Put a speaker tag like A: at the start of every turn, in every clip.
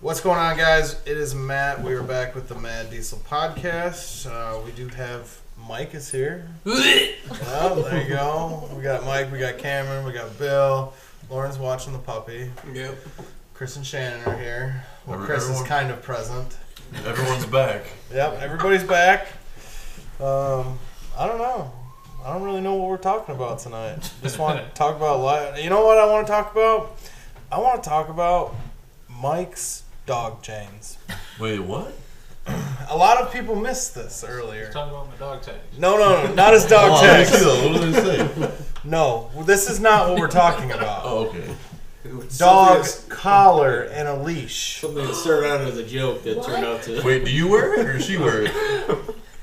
A: What's going on, guys? It is Matt. We are back with the Mad Diesel podcast. Uh, we do have Mike is here. Well, there you go. We got Mike. We got Cameron. We got Bill. Lauren's watching the puppy.
B: Yep.
A: Chris and Shannon are here. Well,
C: Every-
A: Chris
C: everyone-
A: is kind of present.
C: Everyone's back.
A: Yep, everybody's back. Um, I don't know. I don't really know what we're talking about tonight. Just want to talk about life. You know what I want to talk about? I want to talk about Mike's dog chains.
C: Wait, what?
A: A lot of people missed this earlier.
B: Talking about my dog tags.
A: No, no, no, not his dog tags.
C: Oh, What did they say?
A: No, this is not what we're talking about.
C: Oh, okay.
A: Dog
B: Something
A: collar and a leash.
B: that started out as a joke that
D: What?
B: turned out to.
C: Wait, do you wear it or does she wear it?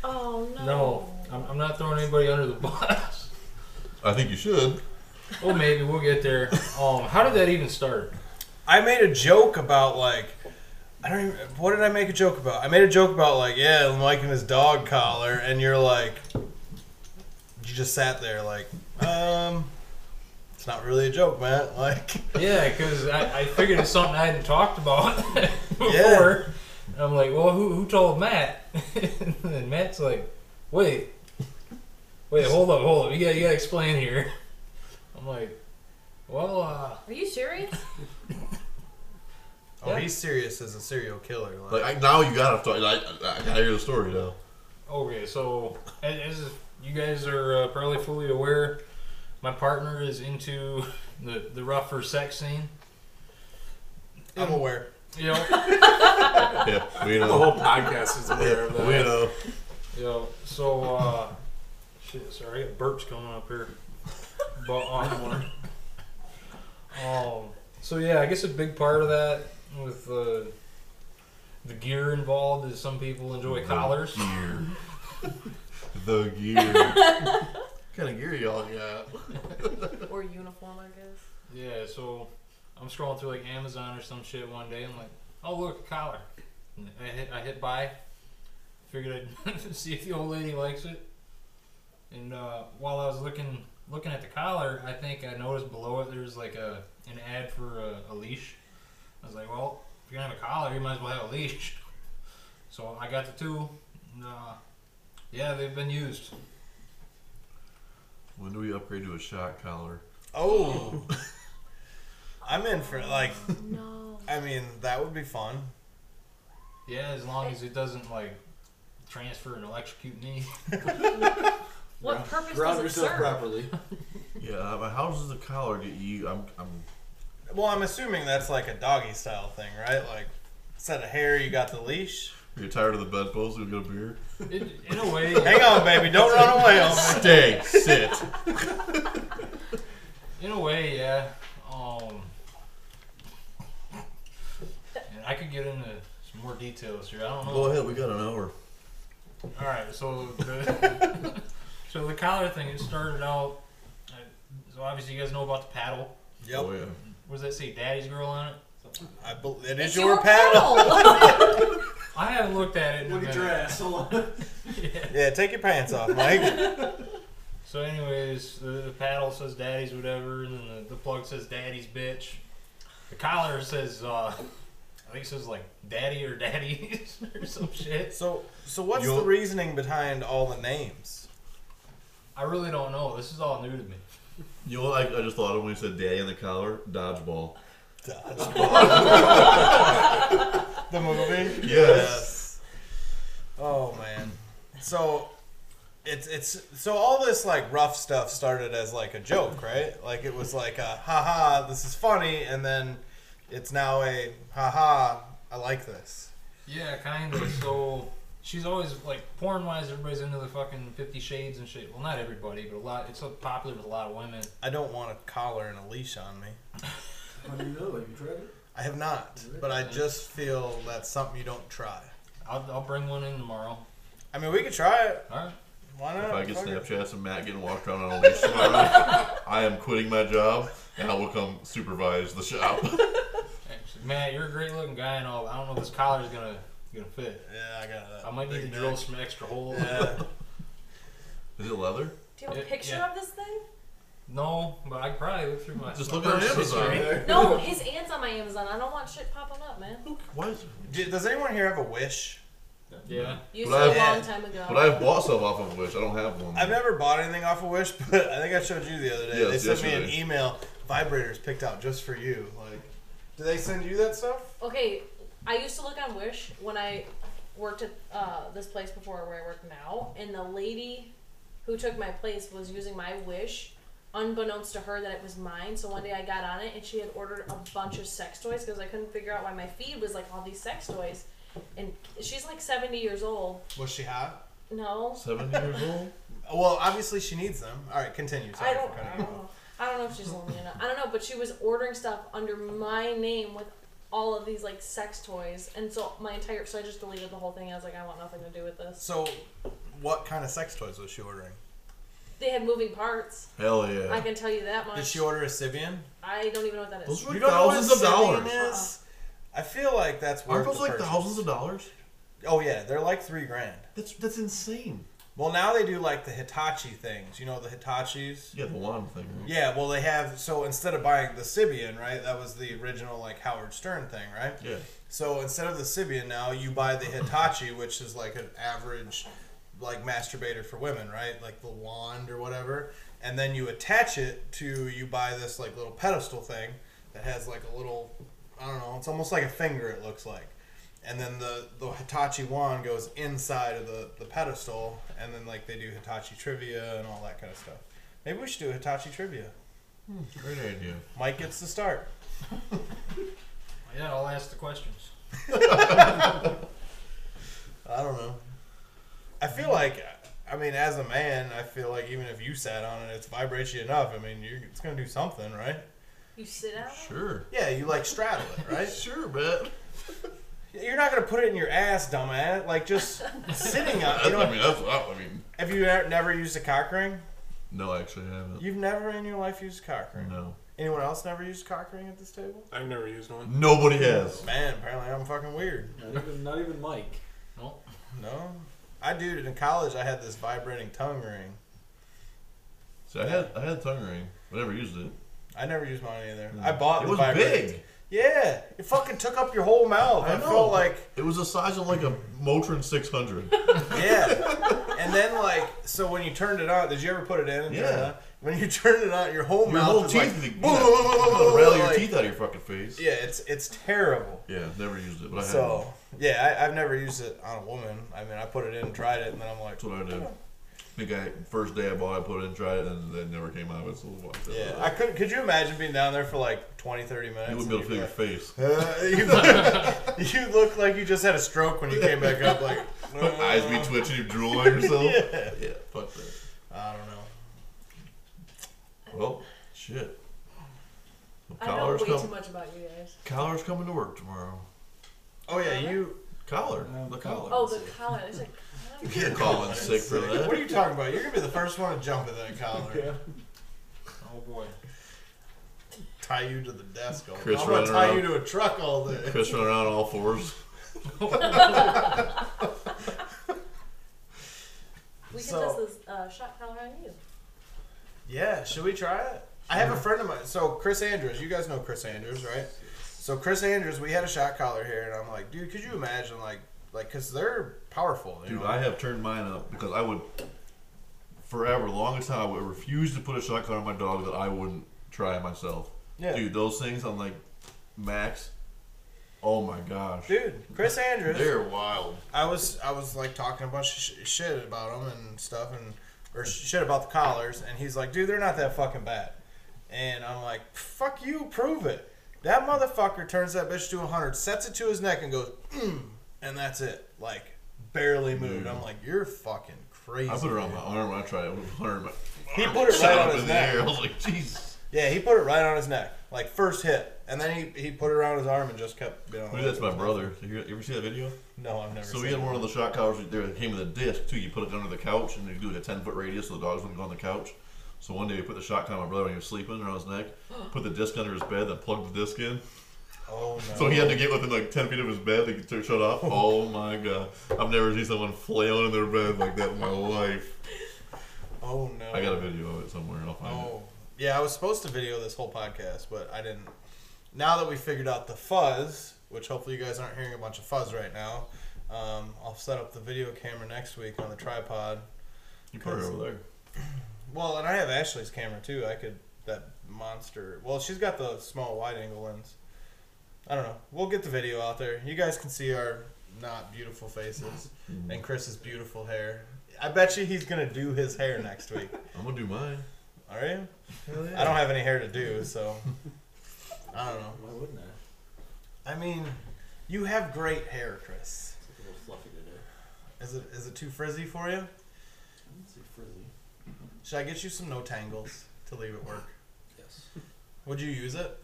D: Oh no.
B: No, I'm, I'm not throwing anybody under the bus.
C: I think you should.
B: well, maybe we'll get there. Um, how did that even start?
A: I made a joke about like I don't even what did I make a joke about? I made a joke about like yeah, Mike and his dog collar, and you're like you just sat there like um it's not really a joke, man. Like
B: Yeah, because I, I figured it's something I hadn't talked about before.
A: Yeah.
B: And I'm like, well, who, who told Matt? and Matt's like, wait, wait, hold up, hold up. You gotta, you gotta explain here. I'm like, well, uh,
D: Are you serious?
A: oh,
B: Yeah.
A: he's serious as a serial killer. Like,
C: Like I, now you gotta talk. Like, I, I gotta hear the story now.
B: Okay, so as as you guys are uh, probably fully aware, my partner is into the, the rougher sex scene.
A: I'm aware.
B: You know,
C: Yeah, we
E: The
C: know.
E: whole podcast is aware of
C: Yeah, we
E: that.
C: know.
B: you know. So uh, shit. Sorry, I got burps coming up here. But um, um, so yeah, I guess a big part of that with uh, the gear involved is some people enjoy collars.
C: Gear. The gear. what kind of gear y'all got?
D: or uniform, I guess.
B: Yeah, so I'm scrolling through like Amazon or some shit one day. I'm like, oh look, a collar. And I hit, I hit buy. Figured I'd see if the old lady likes it. And uh, while I was looking looking at the collar, I think I noticed below it there was like a an ad for a, a leash. I was like, well, if you're gonna have a collar, you might as well have a leash. So I got the two. And, uh, yeah, they've been used.
C: When do we upgrade to a shot collar?
A: Oh I'm in for like
D: No.
A: I mean, that would be fun.
B: Yeah, as long as it doesn't like transfer and electrocute me.
D: What purpose does it serve?
E: properly.
C: Yeah, uh, how does the collar get you? I'm, I'm.
A: Well, I'm assuming that's like a doggy style thing, right? Like instead of hair you got the leash.
C: You're tired of the bedpost? We got a beer.
B: It, in a way,
A: Hang on, baby, don't run away on me.
C: Stay, sit.
B: In a way, yeah. Um, and I could get into some more details here. I don't know.
C: Go ahead. We got an hour.
B: All right, so the so the collar thing it started out. uh, So obviously you guys know about the paddle.
A: Yep.
C: Oh yeah.
B: What does that say, Daddy's Girl on it?
A: I bel it is
D: It's
A: your, paddle.
B: I haven't looked at it. In a
E: Look at your
B: minute.
E: ass. Hold on.
A: Yeah, take your pants off, Mike.
B: So, anyways, the, the paddle says daddy's whatever, and then the, the plug says daddy's bitch. The collar says, uh, I think it says like daddy or daddies or some shit.
A: so, so what's
C: You'll-
A: the reasoning behind all the names?
B: I really don't know. This is all new to me.
C: You know, what I, I just thought of when you said "daddy" in the collar, dodgeball.
A: the movie.
C: Yes.
A: Oh man. So, it's it's so all this like rough stuff started as like a joke, right? Like it was like a haha, this is funny, and then it's now a haha, I like this.
B: Yeah, kind of. so she's always like porn wise, everybody's into the fucking Fifty Shades and shit. Well, not everybody, but a lot. It's so popular with a lot of women.
A: I don't want a collar and a leash on me.
E: How do you know? Have you tried it?
A: I have not, but I just feel that's something you don't try.
B: I'll, I'll bring one in tomorrow.
A: I mean, we could try it.
B: All right.
A: Why not?
C: If I get
A: Fuck it.
C: Snapchats of Matt getting walked around on a leash tomorrow, I am quitting my job and I will come supervise the shop.
B: Actually, Matt, you're a great looking guy and all. but I don't know if this collar's gonna gonna fit.
A: Yeah, I got that.
B: I might need to
A: Big
B: drill
A: neck.
B: some extra holes.
A: Yeah.
C: Is it leather?
D: Do you have a
B: Yeah,
D: picture
B: yeah.
D: of this thing?
B: No, but I could probably look through my.
C: Just
B: my
C: look at
B: purse
C: Amazon.
B: history.
D: No, his aunt's on my Amazon. I don't want shit popping up, man.
C: Why is it?
A: D- Does anyone here have a wish?
B: Yeah.
D: Used
C: But
D: to a
A: I-
D: long time ago.
C: But I've bought stuff off of Wish. I don't have one.
A: I've never bought anything off of Wish, but I think I showed you the other day. they
C: Yes,
A: sent me
C: yesterday.
A: an email. Vibrators picked out just for you. Like, do they send you that stuff?
D: okay, I used to look on Wish when I worked at uh, this place before where I work now, and the lady who took my place was using my Wish, unbeknownst to her that it was mine. So one day I got on it, and she had ordered a bunch of sex toys because I couldn't figure out why my feed was like all these sex toys. And she's like 70 years old.
A: Was she hot?
D: No,
C: Seven years old.
A: Well, obviously she needs them. All right, continue. Sorry
D: I don't,
A: for
D: I
A: cutting
D: don't
A: you off.
D: know. I don't know if she's lonely enough. I don't know, but she was ordering stuff under my name with all of these like sex toys, and so my entire so I just deleted the whole thing. I was like, I want nothing to do with this.
A: So, what kind of sex toys was she ordering?
D: They had moving parts.
C: Hell
D: I
C: yeah.
D: can tell you that much.
A: Did she order a Sibian?
D: I don't even know what that
C: Those
D: is.
C: were
A: You don't know what a
C: thousands of
A: Sibian
C: dollars.
A: is? I feel like that's worth
C: Aren't those
A: the
C: like
A: purchase.
C: thousands of dollars?
A: Oh yeah, they're like three grand.
C: That's that's insane.
A: Well, now they do like the Hitachi things. You know the Hitachis.
C: Yeah, the wand thing.
A: Yeah, well, they have. So instead of buying the Sibian, right? That was the original, like, Howard Stern thing, right?
C: Yeah.
A: So instead of the Sibian now, you buy the Hitachi, which is like an average, like, masturbator for women, right? Like the wand or whatever. And then you attach it to, you buy this, like, little pedestal thing that has, like, a little, I don't know, it's almost like a finger, it looks like. And then the, the Hitachi wand goes inside of the, the pedestal, and then, like, they do Hitachi trivia and all that kind of stuff. Maybe we should do Hitachi trivia.
C: Great idea.
A: Mike gets the start.
B: Yeah, I'll ask the questions.
A: I don't know. I feel like, I mean, as a man, I feel like even if you sat on it, it vibrates you enough. I mean, you're, it's gonna do something, right?
D: You sit down.
C: Sure.
A: Yeah, you like straddle it, right?
C: Sure, man.
A: you're not gonna put it in your ass, dumbass. Like just sitting on.
C: I,
A: You
C: I
A: know,
C: mean, that's I mean.
A: have you e- never used a cock ring?
C: No, actually, I haven't.
A: You've never in your life used a cock ring.
C: No.
A: Anyone else never used a cock ring at this table?
E: I've never used one.
C: Nobody has.
A: Man, apparently I'm fucking weird.
E: Not even, not even Mike.
B: Nope.
A: No, I dude in college I had this vibrating tongue ring.
C: See, I had I had a tongue ring. I never used it.
A: I never used mine either. I bought
C: It
A: the
C: was
A: vibrating.
C: big.
A: Yeah, it fucking took up your whole mouth. I,
C: I know.
A: felt like
C: It was the size of like a Motrin 600.
A: yeah. and then like, so when you turned it on, did you ever put it in? And turn it
C: Yeah.
A: on? When you turned it on, your whole
C: Your
A: mouth
C: whole
A: is
C: teeth.
A: like,
C: Like, gonna rail your
A: like-
C: teeth out of your fucking face.
A: Yeah, it's it's terrible.
C: Yeah, never used it, but I had. one.
A: So yeah, I, I've never used it on a woman. I mean, I put it in, tried it, and then I'm like,
C: That's what I did. I think I first day I bought, I put it in, tried it, and then it never came out. It's a little white.
A: yeah, I could. Could you imagine being down there for like 20, 30 minutes?
C: you
A: and
C: wouldn't be able to feel
A: you'd be
C: your face.
A: like- you, look, you look like you just had a stroke when you came back up. Like
C: Eyes be twitching, you drool on yourself.
A: Yeah.
C: fuck that.
A: I don't know.
C: Well, shit. Well,
D: I know
C: Collar's,
D: way too
C: com-
D: much about you guys.
C: collar's coming to work tomorrow.
A: Oh yeah,
D: Collar?
A: you.
C: Collar,
E: Um,
C: the collar.
D: Oh, the collar. It's like collar.
C: yeah, Colin's sick for that.
A: What are you talking about? You're gonna be the first one to jump at that collar.
B: Oh boy.
A: Tie you to the desk all day.
C: Chris
A: I'm gonna
C: running
A: tie
C: around.
A: you to a truck all day.
C: Chris running around all fours.
D: We can
A: So-
D: test this uh, shot collar on you.
A: Yeah, should we try it? I have a friend of mine. So Chris Andrews, you guys know Chris Andrews, right? So Chris Andrews, we had a shot collar here, and I'm like, dude, could you imagine, like, like, cause they're powerful, you
C: Dude,
A: know?
C: I have turned mine up because I would, forever, longest time, I would refuse to put a shot collar on my dog that I wouldn't try myself.
A: Yeah.
C: Dude, those things on like Max, oh my gosh.
A: Dude, Chris Andrews.
C: They're wild.
A: I was I was like talking a bunch of sh- shit about them and stuff and or sh- shit about the collars and he's like, dude, they're not that fucking bad. And I'm like, fuck you, prove it. That motherfucker turns that bitch to 100, sets it to his neck and goes, mm, and that's it. Like barely moved. I'm like, you're fucking crazy.
C: I put it on
A: dude."
C: my arm when I tried it. I put it on my
A: He
C: arm,
A: put it
C: shot
A: right
C: up
A: on
C: in
A: his
C: the
A: neck.
C: air. I was like, Jesus.
A: Yeah, he put it right on his neck, like first hit, and then he, he put it around his arm and just kept. You know,
C: Dude, that's my brother. You ever see that video?
A: No, I've never.
C: So
A: seen
C: we had
A: it.
C: one of the shot collars right there that came with a disc too. You put it under the couch and you do like a ten foot radius so the dogs wouldn't go on the couch. So one day we put the shot collar on my brother when he was sleeping around his neck, put the disc under his bed, then plugged the disc in.
A: Oh no.
C: So he had to get within like ten feet of his bed to get to shut off. Oh my god. I've never seen someone flailing in their bed like that in my life.
A: oh no.
C: I got a video of it somewhere, I'll find it.
A: Oh, yeah, I was supposed to video this whole podcast, but I didn't. Now that we figured out the fuzz, which hopefully you guys aren't hearing a bunch of fuzz right now, um, I'll set up the video camera next week on the tripod.
C: You put it over there.
A: Well, and I have Ashley's camera too. I could that monster. Well, she's got the small wide angle lens. I don't know. We'll get the video out there. You guys can see our not beautiful faces
C: Mm-hmm.
A: and Chris's beautiful hair. I bet you he's gonna do his hair next week.
C: I'm gonna do mine.
A: Are you? I don't have any hair to do, so I don't know.
E: Why wouldn't I?
A: I mean, you have great hair, Chris.
E: It's a little fluffy today.
A: Is it is it too frizzy for you?
E: It's frizzy.
A: Should I get you some no tangles to leave at work?
E: Yes.
A: Would you use it?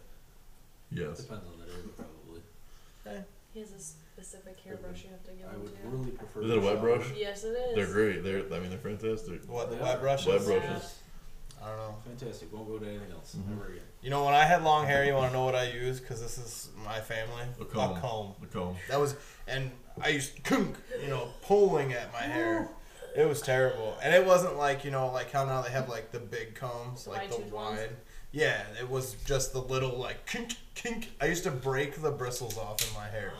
C: Yes.
E: Depends on the day, but probably.
D: He has a specific hairbrush you have to give
E: I
D: him
E: would
D: to.
E: really prefer.
C: Is it a
E: to
C: wet
E: shop-
C: brush?
D: Yes, it is.
C: They're great. They're I mean they're fantastic.
A: What the
E: They
A: wet
E: are.
A: brushes? Mm-hmm.
C: Wet
D: brushes.
E: Yes.
A: I don't know.
E: Fantastic. Won't go to anything else.
C: Mhm.
E: Never again.
A: You know, when I had long hair, you want to know what I used? Because this is my family.
C: A comb.
A: A comb.
C: The comb.
A: That was, and I used kunk, you know, pulling at my hair. It was terrible, and it wasn't like you know, like how now they have like the big combs,
D: The
A: like the
D: wide-toothed ones?
A: wide. Yeah, it was just the little like kink kink. I used to break the bristles off in my hair.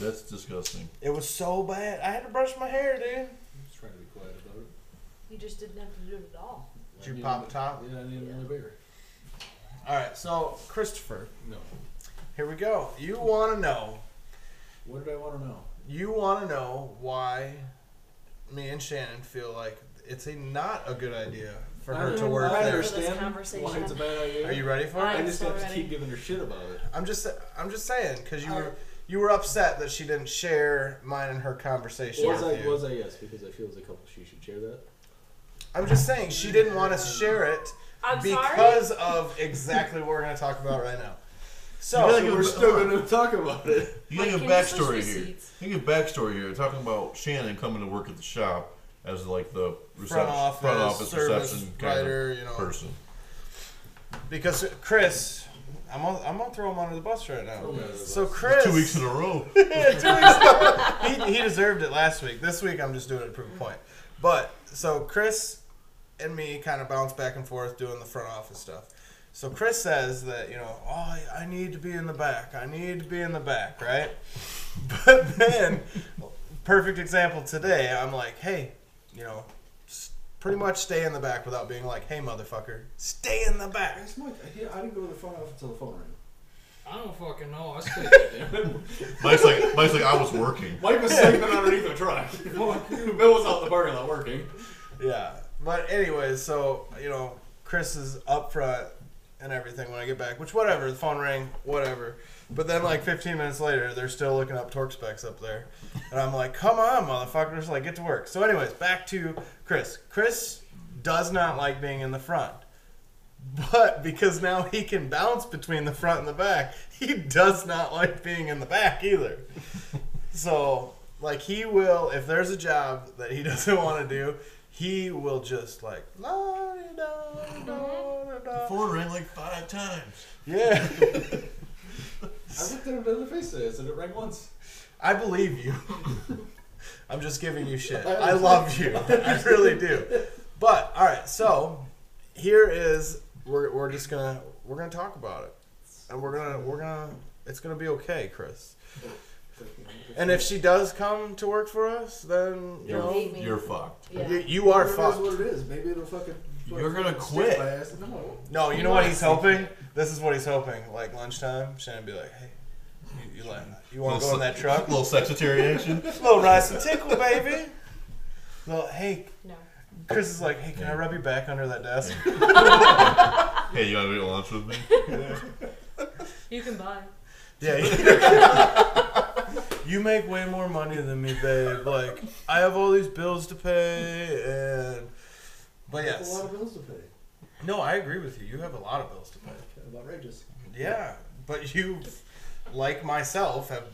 C: That's disgusting.
A: It was so bad. I had to brush my hair, dude.
E: I'm just trying to be quiet about it.
D: You just didn't have to do it at all.
E: I
A: Did you
E: need
A: pop
E: another-
A: top?
E: Yeah, I need another bigger.
A: All right, so Christopher,
E: No.
A: here we go. You want to know
E: What did I want to know?
A: you want to know why me and Shannon feel like it's a not a good idea for her to
D: I'm
A: work.
D: not
E: I
A: there.
D: nervous.
E: understand
D: conversation.
E: why it's a bad idea.
A: Are you ready for
E: I
A: it?
D: I'm
E: just
D: so
E: have to
D: ready.
E: keep giving her shit about it.
A: I'm just I'm just saying because
D: Uh,
A: you were
E: I-
A: you were upset that she didn't share mine and her conversation
E: Was
A: with
E: I
A: you.
E: was I yes because I feel as a couple she should share that.
A: I'm just saying she didn't want to share it
D: I'm sorry.
A: because of exactly what we're going to talk about right now. So
C: You really We're still
E: gonna talk about it.
C: You think of
D: Like, can you switch
C: backstory here.
D: receipts?
C: Think of backstory here. Talking about Shannon coming to work at the shop as like the
A: front
C: reception,
A: office,
C: front office
A: service
C: reception kind
A: writer, you
C: of
A: know,
C: person.
A: because Chris, I'm on, I'm gonna throw him under the bus right now.
E: Throw him under the
A: So
E: bus.
A: Chris,
C: Two weeks in a row.
A: he, he deserved it last week. This week, I'm just doing it to prove a point. But so Chris and me kind of bounce back and forth doing the front office stuff. So Chris says that you know, oh, I, I need to be in the back. I need to be in the back, right? But then, perfect example today. I'm like, hey, you know, s- pretty much stay in the back without being like, hey, motherfucker, stay in the back.
E: That's Mike. I, did, I didn't go to the phone off until the phone rang.
B: I don't fucking know. I stayed
C: Mike's like Mike's like I was working.
E: Mike was sleeping underneath a truck. Bill was out in the parking lot working.
A: Yeah. But anyways, so you know, Chris is up front and everything when I get back, which whatever, the phone rang, whatever. But then like 15 minutes later, they're still looking up torque specs up there, and I'm like, "Come on, motherfuckers! Like, get to work." So, anyways, back to Chris. Chris does not like being in the front. But because now he can bounce between the front and the back, he does not like being in the back either. So, like, he will, if there's a job that he doesn't want to do, he will just, like, la di da da da da.
C: Phone rang like five times.
A: Yeah,
E: I looked at him dead in the face today. I said it rang once.
A: I believe you. I'm just giving you shit. I love you. I really do. But, all right, so here is, we're, we're just going to, we're going to talk about it. And we're going to, we're going to, it's going to be okay, Chris. And if she does come to work for us, then, you
D: You'll
A: know,
D: hate me.
C: You're fucked.
D: Yeah.
A: you, you are
E: Whatever
A: fucked.
E: It is what it is. Maybe it'll fucking.
C: You're gonna
E: stick
C: quit.
E: My ass. No, I won't.
A: No, you know what he's hoping? This is what he's hoping. Like lunchtime, Shannon be like, hey, you, you, like, you want to go in that truck?
C: Little secretary action.
A: little rice and tickle, baby. Little, hey,
D: No.
A: Chris is like, hey, can I rub your back under that desk?
C: hey, you wanna eat lunch with me?
D: You can buy.
A: Yeah. you make way more money than me, babe. Like, I have all these bills to pay, and. But
E: That's a
A: yes.
E: lot of bills to pay.
A: No, I agree with you. You have a lot of bills to pay.
E: Kind of outrageous.
A: Yeah, but you, like myself, have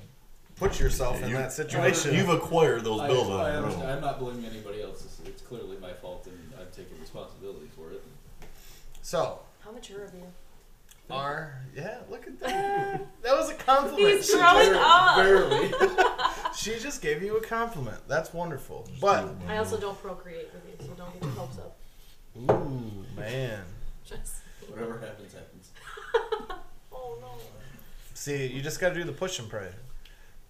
A: put yourself in
C: You-
A: that situation.
C: You've acquired those
E: I,
C: bills on
E: I
C: your
E: understand.
C: own.
E: I'm not blaming anybody else. It's, it's clearly my fault, and I've taken responsibility for it.
A: so,
D: How mature of you?
A: our yeah, look at that. that was a compliment.
D: He's growing up.
E: Barely.
A: She just gave you a compliment. That's wonderful. But
D: I also don't procreate with you, so don't get your hopes up.
A: ooh, man,
D: Just
E: Whatever happens, happens.
D: Oh no.
A: See, you just got to do the push and pray.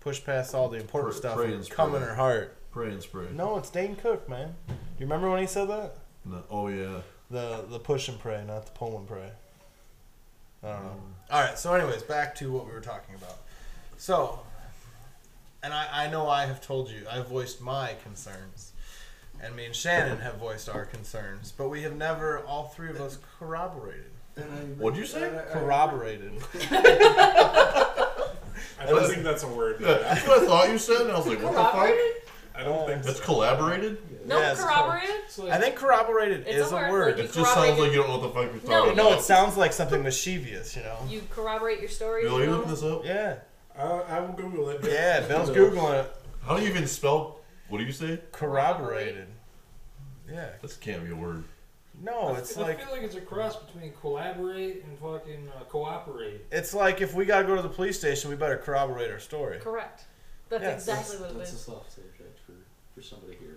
A: Push past all the important
C: Pray-
A: stuff
C: pray
A: and
C: and
A: come in
C: pray.
A: her heart.
C: Pray and spray.
A: No, it's Dane Cook, man. Do you remember when he said that?
C: No- Oh yeah.
A: The the push and pray, not the pull and pray. I don't know. Mm. All right. So, anyways, back to what we were talking about. So, and I, I know I have told you I voiced my concerns, and me and Shannon have voiced our concerns, but we have never all three of us corroborated.
C: What'd you say?
A: Corroborated.
F: I don't think that's a word.
C: That's what I thought you said, and I was like, what the fuck?
D: Corroborated?
F: I don't think
C: It's collaborated.
D: No,
A: Yes,
D: corroborated?
E: So, like,
A: I think corroborated
D: It's
A: is
D: a
A: a
D: word,
A: word.
D: like-
C: It just sounds like
D: Corroborated.
C: you don't know what the fuck you're
D: No,
C: talking
A: No,
C: about.
A: it sounds like something mischievous, you know.
D: You corroborate your story.
C: Bill, are
D: you
C: you
D: know?
C: looking this up?
A: Yeah.
F: I, Uh, I will Google it. But
A: Yeah, Bill's googling it.
C: How do you even spell? What do you say?
A: Corroborated. Yeah.
C: This can't be a word.
A: No, it's like
B: I feel like it's a cross between collaborate and fucking uh, cooperate.
A: it's like if we gotta go to the police station, we better corroborate our story.
D: Correct. That's
A: Yeah,
E: that's,
D: exactly what it
E: that's a
D: is.
E: soft subject for, for somebody here.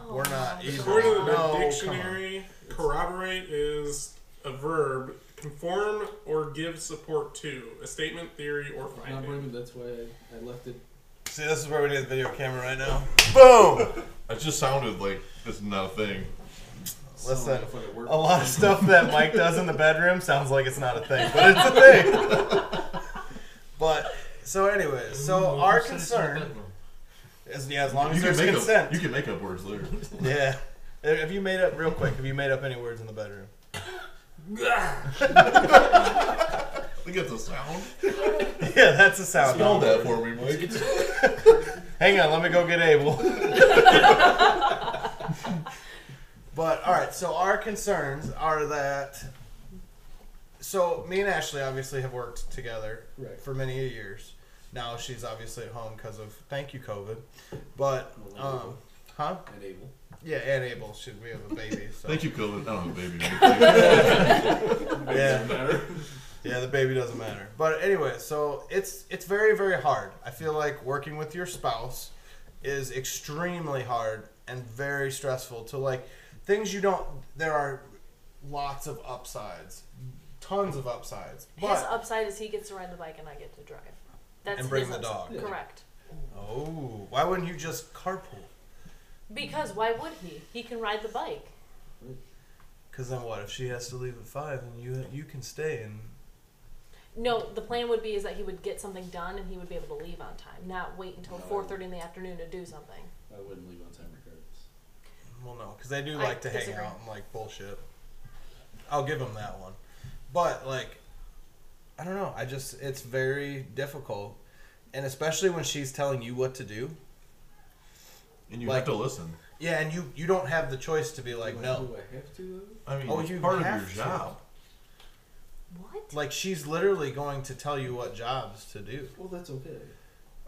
D: Oh,
A: We're not
D: no.
A: either.
F: According to the
A: No, come on.
F: dictionary, corroborate is a verb conform or give support to a statement, theory, or
E: Now,
F: finding.
E: Brandon, that's why I, I left it.
A: See, this is where we need the video camera right now. Boom!
C: It just sounded like it's not a thing.
E: sound like
A: Listen,
E: if I could work
A: A lot of stuff that Mike does in the bedroom sounds like it's not a thing, but it's a thing. but so anyway, so our concern is yeah, as long as
C: You can
A: there's
C: make
A: consent.
C: up. You can make up words later.
A: Yeah. Have you made up real quick? Have you made up any words in the bedroom?
C: Look at the sound.
A: yeah, that's a sound.
C: Spell that for me, Mike.
A: Hang on, let me go get Abel. but all right, so our concerns are that. So me and Ashley obviously have worked together
E: Right.
A: for many years. Now she's obviously at home because of thank you COVID, but um, huh?
E: Enable.
A: Yeah, and Abel. She, we have a baby. So.
C: Thank you, COVID. I don't have a baby. Thank you.
A: Yeah.
E: Matter.
A: Yeah, the baby doesn't matter. But anyway, so it's it's very very hard. I feel like working with your spouse is extremely hard and very stressful to like things you don't there are lots of upsides. Tons of upsides.
D: His
A: But
D: upside is he gets to ride the bike and I get to drive. That's
A: And bring
D: his
A: the
D: upside.
A: dog.
D: Correct.
A: oh, why wouldn't you just carpool?
D: Because why would he? He can ride the bike.
A: Cuz then what if she has to leave at 5 and you you can stay and
D: No, the plan would be is that he would get something done and he would be able to leave on time, not wait until
E: No.
D: four thirty in the afternoon to do something.
E: I wouldn't leave on time regardless.
A: Well, no, because they do
D: I
A: like to hang
D: disagree.
A: out and like bullshit. I'll give them that one, but like, I don't know. I just it's very difficult, and especially when she's telling you what to do.
C: And you
A: Like-
C: have to listen.
A: Yeah, and you you don't have the choice to be like
E: do I,
A: no.
E: Do I have to
C: I mean,
A: Oh,
C: it's
A: you
C: part of
A: have
C: your
A: to.
C: job.
D: What?
A: Like she's literally going to tell you what jobs to do.
E: though? Well, that's okay.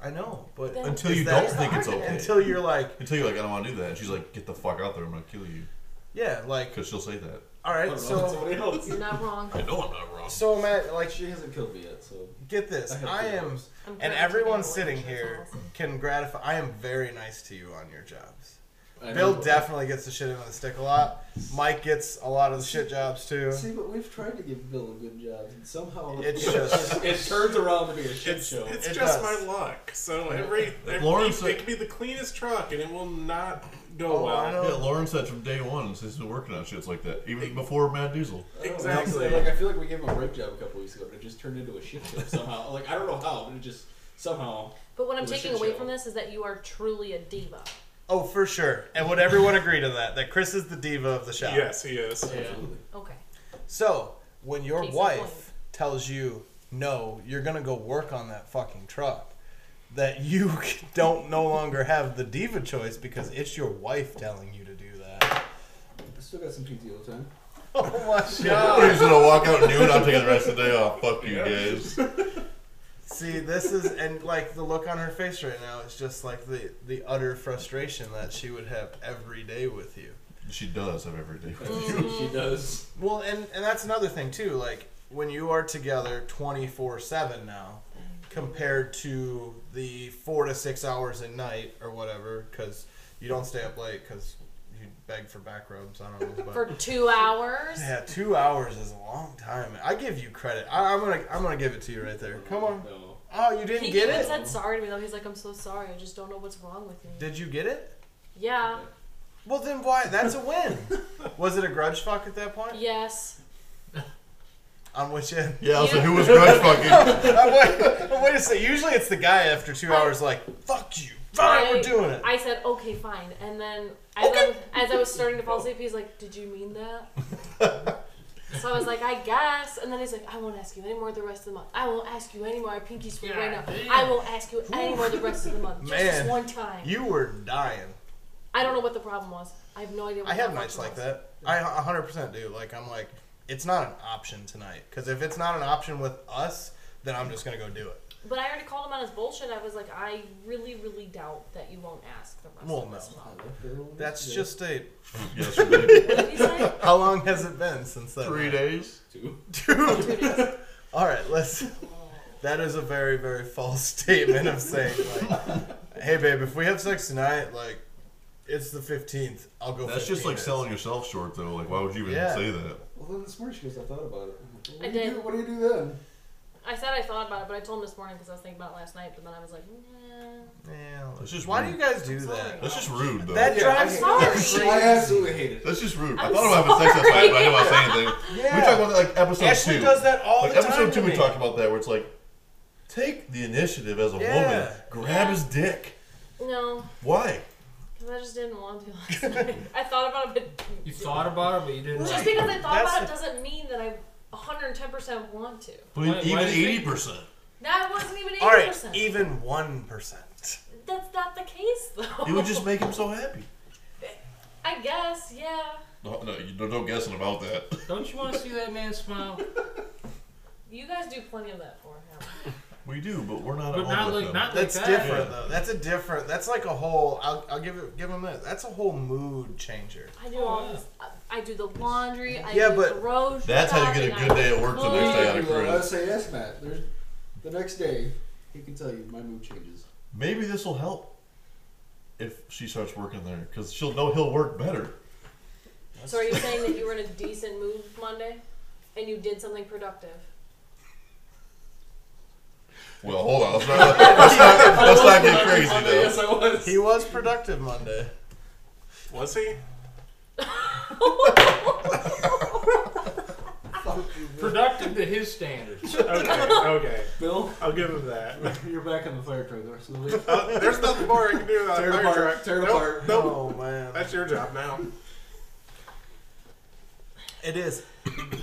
A: I know, but
D: Then-
C: Until
A: Is
C: you
A: that-
C: don't think it's okay.
A: until you're like,
C: Until you're like, I don't want to do that. And she's like, get the fuck out there. I'm going to kill you.
A: yeah, like,
C: Because she'll say that.
A: all
E: I
A: right,
E: don't know,
A: so
E: somebody else.
D: You're not wrong.
C: I know I'm not wrong.
A: so Matt, like,
E: She hasn't killed me yet, so
A: get this.
E: I have
A: I
E: to-
A: am
D: I'm glad
A: and
D: you
A: everyone
D: think
A: sitting
D: that's
A: here
D: awesome.
A: can gratify. I am very nice to you on your jobs.
E: I
A: Bill
E: know-
A: definitely gets the shit in the stick a lot. Mike gets a lot of the shit jobs too.
E: See, but we've tried to give Bill a good job, and somehow
A: It's just-
E: it turns around to be a shit
F: It's,
E: show.
F: it's
A: It
F: just
A: does.
F: my luck. So every, every
C: Lauren said-
F: it could be the cleanest truck and it will not go
A: Oh, I
F: well.
A: know.
C: Yeah, Lauren said from day one, since he's been working on shits like that, even before Matt Diesel.
F: Exactly.
E: Like I feel like we gave him a rape job a couple weeks ago, but it just turned into a shit show somehow. like I don't know how, but it just somehow.
D: But what I'm
E: It was
D: taking
E: shit
D: away
E: show.
D: from this is that you are truly a diva.
A: Oh, for sure. And would everyone agree to that? That Chris is the diva of the shop.
F: Yes, he is.
E: Absolutely.
D: Okay.
A: So when your
D: Case in
A: wife
D: point.
A: tells you no, you're gonna go work on that fucking truck, that you don't no longer have the diva choice because it's your wife telling you to do that.
E: I still got some PTO time.
A: Oh my god.
C: He's going to walk out at noon. I'm taking the rest of the day off. Fuck you guys.
A: See, this is and like the look on her face right now is just like the the utter frustration that she would have every day with you.
C: She does have every day.
D: Mm-hmm.
E: she does.
A: Well, and and that's another thing too. Like when you are together twenty four seven now, compared to the four to six hours a night or whatever, because you don't stay up late because you you beg for back rubs. I don't know. But.
D: for two hours.
A: yeah, two hours is a long time. I give you credit. I, I'm gonna, I'm gonna give it to you right there. Come on.
E: No.
A: Oh, you didn't
D: He
A: get
D: even
A: it?
D: said sorry to me though. He's like, I'm so sorry. I just don't know what's wrong with me.
A: Did you get it?
D: yeah.
A: Well, then why? That's a win. Was it a grudge fuck at that point?
D: Yes.
A: On which end?
C: Yeah, I was like, who was grudge fucking?
A: Uh, wait, wait a second. Usually it's the guy after two hours, like, fuck you. Fine,
D: I-
A: we're doing it.
D: I said, okay, fine. And then as, I, as I was starting to fall asleep, he's like, did you mean that? so I was like, I guess. And then he's like, I won't ask you anymore the rest of the month. I won't ask you anymore. I pinky swear right now.
B: God damn.
D: I won't ask you anymore the rest of the month. Just this
A: Man.
D: one time.
A: You were dying.
D: I don't know what the problem was. I have no idea what
A: I have
D: the
A: nights like
D: problem
A: that. I 100% do. Like, I'm like, it's not an option tonight. Because if it's not an option with us, then I'm just going to go do it.
D: was. But I already called him on his bullshit. I was like, I really, really doubt that you won't ask the rest
A: Well,
D: of this
A: no.
D: month.
A: That's just a.
C: yes, you did.
D: What did he say?
A: How long has it been since that?
C: Three days.
E: Two.
A: Dude.
D: Two days.
A: All right, let's. That is a very, very false statement of saying, like, hey, babe, if we have sex tonight, like, it's the 15th. I'll go
C: That's
A: 15
C: just like
A: minutes.
C: selling yourself short, though. Like, why would you even
A: Yeah.
C: say that?
E: Well, then this morning she goes, I thought about it. What
D: I
E: do you
D: did.
E: do? What do you do then?
D: I said I thought about it, but I told him this morning because I was thinking about it last night. But then I was like, nah.
A: Yeah,
C: That's just
A: why do
C: rude.
A: you guys do
D: sorry.
A: that?
C: That's just rude, though.
A: That drives
E: I
D: hate
A: me
D: that.
A: crazy.
E: I absolutely hate it.
C: That's just rude. i
D: I'm
C: thought about having sex last night, but I didn't want to say anything.
A: Yeah.
C: We talked about that like episode
A: Ashley
C: two.
A: does that all
C: like
A: the time.
C: episode
A: to
C: two, we
A: me.
C: talked about that where it's like, take the initiative as a
A: Yeah.
C: woman, grab his dick.
D: No,
C: Why?
D: because I just didn't want to last night. I thought about it,
B: You thought about it, but you didn't.
D: but
B: like
D: just
B: it.
D: because I thought
A: That's
D: about it doesn't mean that I 110% want to.
C: But
B: Why-
C: even
B: why do you
C: eighty
B: think-
C: percent.
D: That wasn't even 80%.
A: All right, even one percent.
D: That's not the case, though.
C: It would just make him so happy.
D: I guess, yeah.
C: No, no, you don't, don't guessing about that.
B: Don't you want to see that man smile?
D: You guys do plenty of that for him.
C: We do, but we're not.
B: But
C: at home
B: not
C: with
B: like
C: them.
B: not
A: That's
B: like that.
A: different
C: Yeah.
A: though. That's a different. That's like a whole. I'll, I'll give it. Give him that. That's a whole mood changer.
D: I do all this. I, I do the laundry. I
A: Yeah,
D: do
A: but
D: the road
C: That's how you get a
D: shopping,
C: good
D: I
C: day at work the
D: cook.
C: next day out
E: I
C: of
E: would
C: Chris.
E: say yes, Matt. There's, the next day, he can tell you my mood changes.
C: Maybe this will help if she starts working there, because she'll know he'll work better.
D: So are you saying that you were in a decent mood Monday, and you did something productive?
C: Well, hold on. Let's not, let's not, let's not get crazy
E: Monday,
C: though.
E: yes, I was.
A: He was productive Monday.
F: Was he?
B: Productive to his standards.
F: Okay, okay.
E: Bill,
F: I'll give him that.
E: you're back on the fire truck the rest of the week.
F: Uh, there's nothing more I can do about
E: Tear
F: a
E: it
F: fire
E: apart.
F: truck.
E: Tear it
F: Nope,
E: apart.
F: Nope.
A: Oh man,
F: That's your job now.
A: it is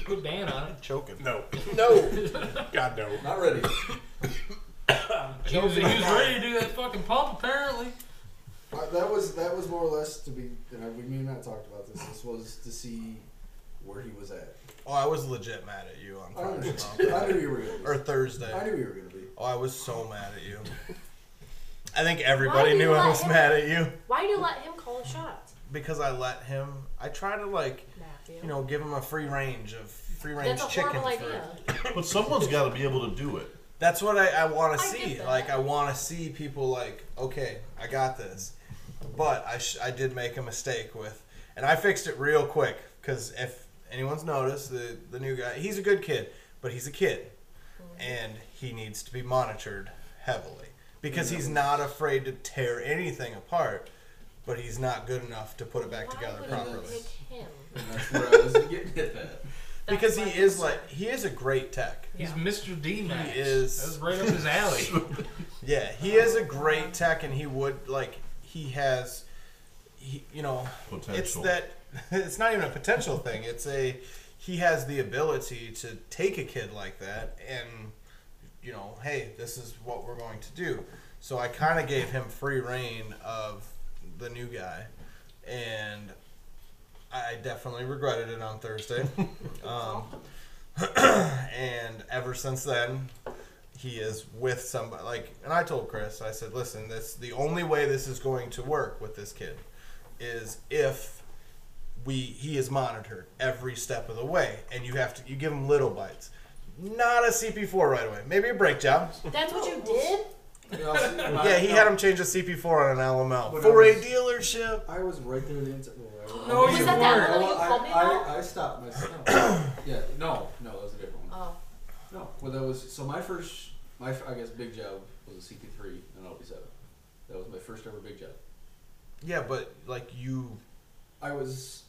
B: Put Dan on it.
A: choking.
F: No.
A: No.
F: God, no.
E: Not ready.
B: He was, he was ready to do that fucking pump, apparently.
G: Uh, that was that was more or less to be. And I, we may not talked about this. This was to see where he was at.
A: Oh, I was legit mad at you on
G: I don't
A: Friday.
G: know. I knew you were gonna. Be.
A: or Thursday.
G: I knew you were gonna be.
A: Oh, I was so mad at you. I think everybody
D: Why do you
A: knew I
D: let
A: was
D: him-
A: mad at you
D: Why do you let him call the shots,
A: because I let him. I try to like,
D: Matthew?
A: you know, give him a free range of free range
D: That's a
A: chicken.
D: horrible
A: for-
D: idea.
C: But someone's got to be able to do it.
A: That's what I, I want to
D: I
A: see.
D: get that.
A: Like I want to see people like, okay, I got this. But I sh- I did make a mistake with, and I fixed it real quick because if anyone's noticed, the the new guy, he's a good kid, but he's a kid,
D: Mm-hmm.
A: and he needs to be monitored heavily because he's not afraid to tear anything apart, but he's not good enough to put it back
D: Why
A: together
D: would
A: properly.
D: you pick him?
E: And that's where I was getting at that.
D: That's
A: Because
D: my
A: he is
D: concern.
A: like he is a great tech.
B: He's
D: Yeah.
B: Mr. D Max.
A: is.
B: That was right up his alley.
A: Yeah, he is a great tech, and he would like he has, he, you know, it's
C: Potential.
A: that it's not even a potential thing. It's a he has the ability to take a kid like that, and you know, hey, this is what we're going to do. So I kind of gave him free reign of the new guy, and I definitely regretted it on Thursday. um, and ever since then, he is with somebody. Like, and I told Chris, I said, "Listen, this the only way this is going to work with this kid is if we he is monitored every step of the way, and you have to you give him little bites, not a CP4 right away, maybe a break job.
D: That's what you did.
G: yeah,
A: yeah, he had him change a CP4 on an LML
G: When I
A: for a
G: was-
A: dealership.
G: I was right there the entire. Well, I was
A: No,
D: Was
A: you
D: that
A: weren't.
D: that
G: I,
D: one that you called me about?
G: I, I stopped myself. yeah, no, no, that was a different one.
D: Oh,
G: No, well, that was so my first, my f- I guess big job was a CP3 and an LP7. That was my first ever big job.
A: Yeah, but like you,
G: I was,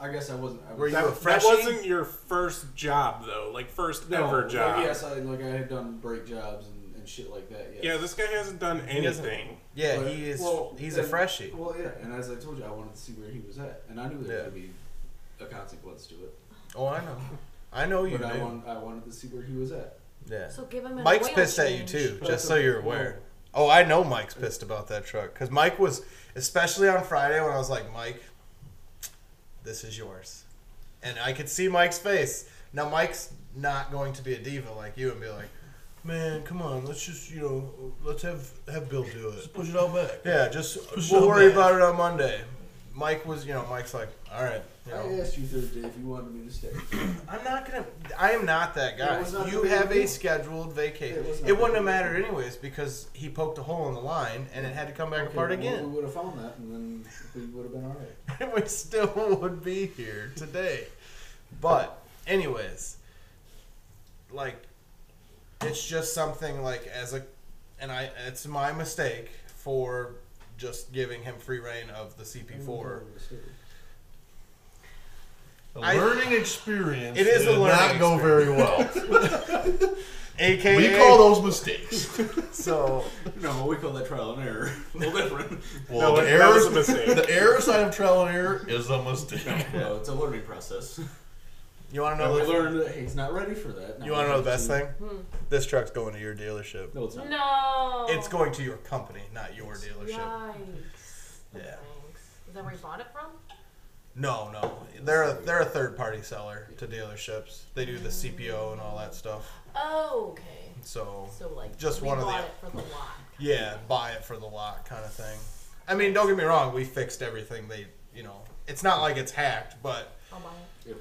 G: I guess I wasn't. I was,
A: Were you
F: That,
A: a
F: that
A: freshie?
F: wasn't your first job though, like first
G: no,
F: ever
G: like,
F: job.
G: yes, I like I had done break jobs and, and shit like that. Yes.
F: Yeah, this guy hasn't done
A: doesn't-
F: anything.
A: yeah,
G: But-
A: he is.
G: well,
A: he's a
G: and-
A: freshie.
G: Well, yeah, and as I told you, I wanted to see where he was at, and I knew there
A: Yeah.
G: would be a consequence to it.
A: Oh, I know. I know you
G: but I,
A: do.
G: want, I wanted to see where he was at.
A: Yeah.
D: so give him an
A: Mike's
D: oil
A: pissed at you
D: change.
A: too,
G: But
A: just
G: I
A: so
G: don't
A: you're
G: know.
A: aware. Oh, I know Mike's pissed about that truck because Mike was, especially on Friday when I was like, Mike, this is yours, and I could see Mike's face. Now Mike's not going to be a diva like you and be like, man, come on, let's just you know, let's have have Bill do it.
C: Push it all back.
A: Yeah, just
C: Push
A: we'll
C: it
A: worry
C: back.
A: about it on Monday. Mike was, you know, Mike's like, all right, you know,
G: I asked you Thursday if you wanted me to stay.
A: I'm not gonna. I am not that guy.
G: It was not
A: you
G: the
A: have
G: big
A: a
G: deal.
A: scheduled vacation.
G: It was
A: It,
G: not the
A: wouldn't
G: big
A: have mattered
G: deal.
A: anyways because he poked a hole in the line and it had to come back
G: Okay,
A: apart
G: well,
A: again.
G: We would have found that, and then we would have been all right.
A: And we still would be here today. But anyways, like it's just something like as a, and I it's my mistake for just giving him free reign of the CP4.
C: A
A: I-
C: learning experience.
A: It is
C: that
A: a
C: did
A: learning
C: not go very well.
A: AKA
G: Mm-hmm.
C: we call those mistakes.
A: so
E: No, we call that trial and error. A little different.
C: Well,
F: No,
C: the
F: that
C: errors,
F: was a mistake.
C: the error side of trial and error is a mistake.
E: no, it's a learning process.
A: you want to
E: And
A: know
E: we
A: the,
E: learned that he's not ready for that.
A: you want to know the best thing?
D: Hmm.
A: This truck's going to your dealership.
E: No, it's not.
D: No.
A: It's going to your company, not your dealership.
D: Yikes.
A: Yeah.
D: Thanks. Is that where you bought it from?
A: No, no, they're a they're a third party seller to dealerships. They do the CPO and all that stuff.
D: Oh, okay.
A: So
D: So like
A: Just
D: we
A: one of the-
D: bought it for the lot.
A: yeah, buy it for the lot kind of thing. I mean, don't get me wrong, we fixed everything. They, you know, it's not like it's hacked, but
D: I'll buy it.
E: It,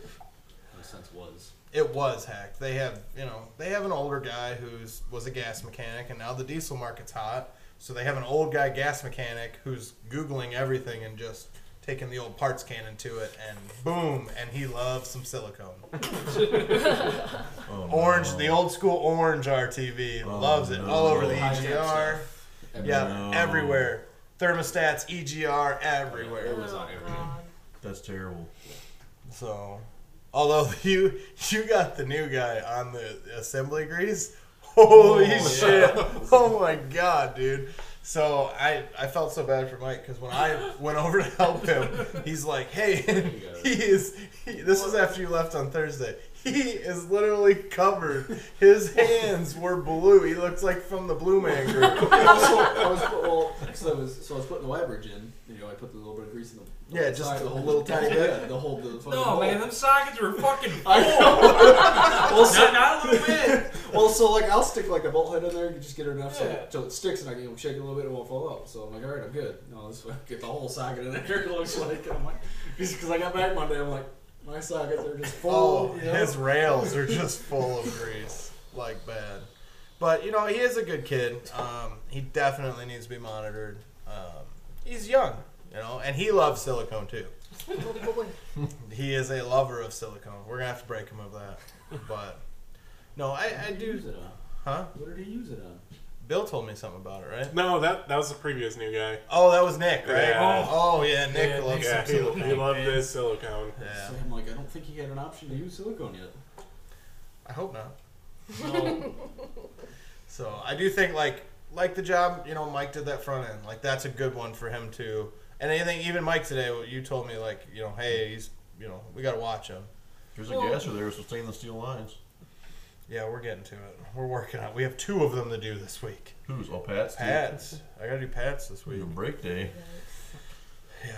E: in a sense, was.
A: it was hacked. They have, you know, they have an older guy who's was a gas mechanic, and now the diesel market's hot. So they have an old guy gas mechanic who's googling everything and just taking the old parts cannon to it, and boom, and he loves some silicone.
C: Oh, no.
A: Orange, the old school orange RTV,
C: Oh,
A: loves it all
C: no.
A: over the
E: High-tech
A: EGR. Yeah,
C: No.
A: everywhere. Thermostats, EGR, everywhere.
E: It was on
D: oh,
E: everything.
D: God.
C: That's terrible.
A: So, although you you got the new guy on the assembly grease, holy shit! Oh my god, dude. So I I felt so bad for Mike because when I went over to help him, he's like, "Hey, he is." He, this was after you left on Thursday. He is literally covered. His hands were blue. He looks like from the Blue Man Group.
E: also, I was put, well, 'cause I was so I was putting the Y bridge in. You know, I put the little bit of grease in the the
A: Yeah,
E: whole
A: just
E: side,
A: a
E: the whole
A: little tiny bit.
E: Yeah, the whole the fucking
B: No,
E: hole.
B: man, them sockets were fucking
E: I know. well, so,
B: not, not a little bit.
E: well, so like I'll stick like a bolt head in there. You just get it enough so,
B: Yeah.
E: so it sticks, and I can you know, shake it a little bit, it won't fall out. So I'm like, all right, I'm good. No, let's fuck- get the whole socket in there. It looks like I'm like, because I got back Monday, I'm like, my sockets are just full.
A: Oh,
E: you know?
A: his rails are just full of grease, like bad. But you know, he is a good kid. Um, he definitely needs to be monitored. Um, he's young, you know, and he loves silicone too.
D: Oh, boy.
A: He is a lover of silicone. We're gonna have to break him of that. But no, I, I
E: What did
A: do.
E: he use it on?
A: Huh?
E: What did he use it on?
A: Bill told me something about it, right?
F: No, that that was the previous new guy.
A: Oh, that was Nick, right?
F: Yeah.
A: Oh, yeah, Nick
B: Yeah,
A: loves
F: Yeah,
A: some
F: he, he
A: silicone.
F: loved this silicone.
A: Yeah,
E: So I'm like, I don't think he had an option to use silicone yet.
A: I hope not. So I do think like like the job, you know, Mike did that front end. Like that's a good one for him too. And anything, even Mike today, what you told me like, you know, hey, he's, you know, we gotta watch him.
C: There's
D: Well-
C: a gasser there with stainless steel lines.
A: Yeah, we're getting to it. We're working on. it. We have two of them to do this week.
C: Who's? Oh, Pat's. dude.
A: Pats. I gotta do Pats this
C: We
A: week.
C: can break day.
A: Yeah.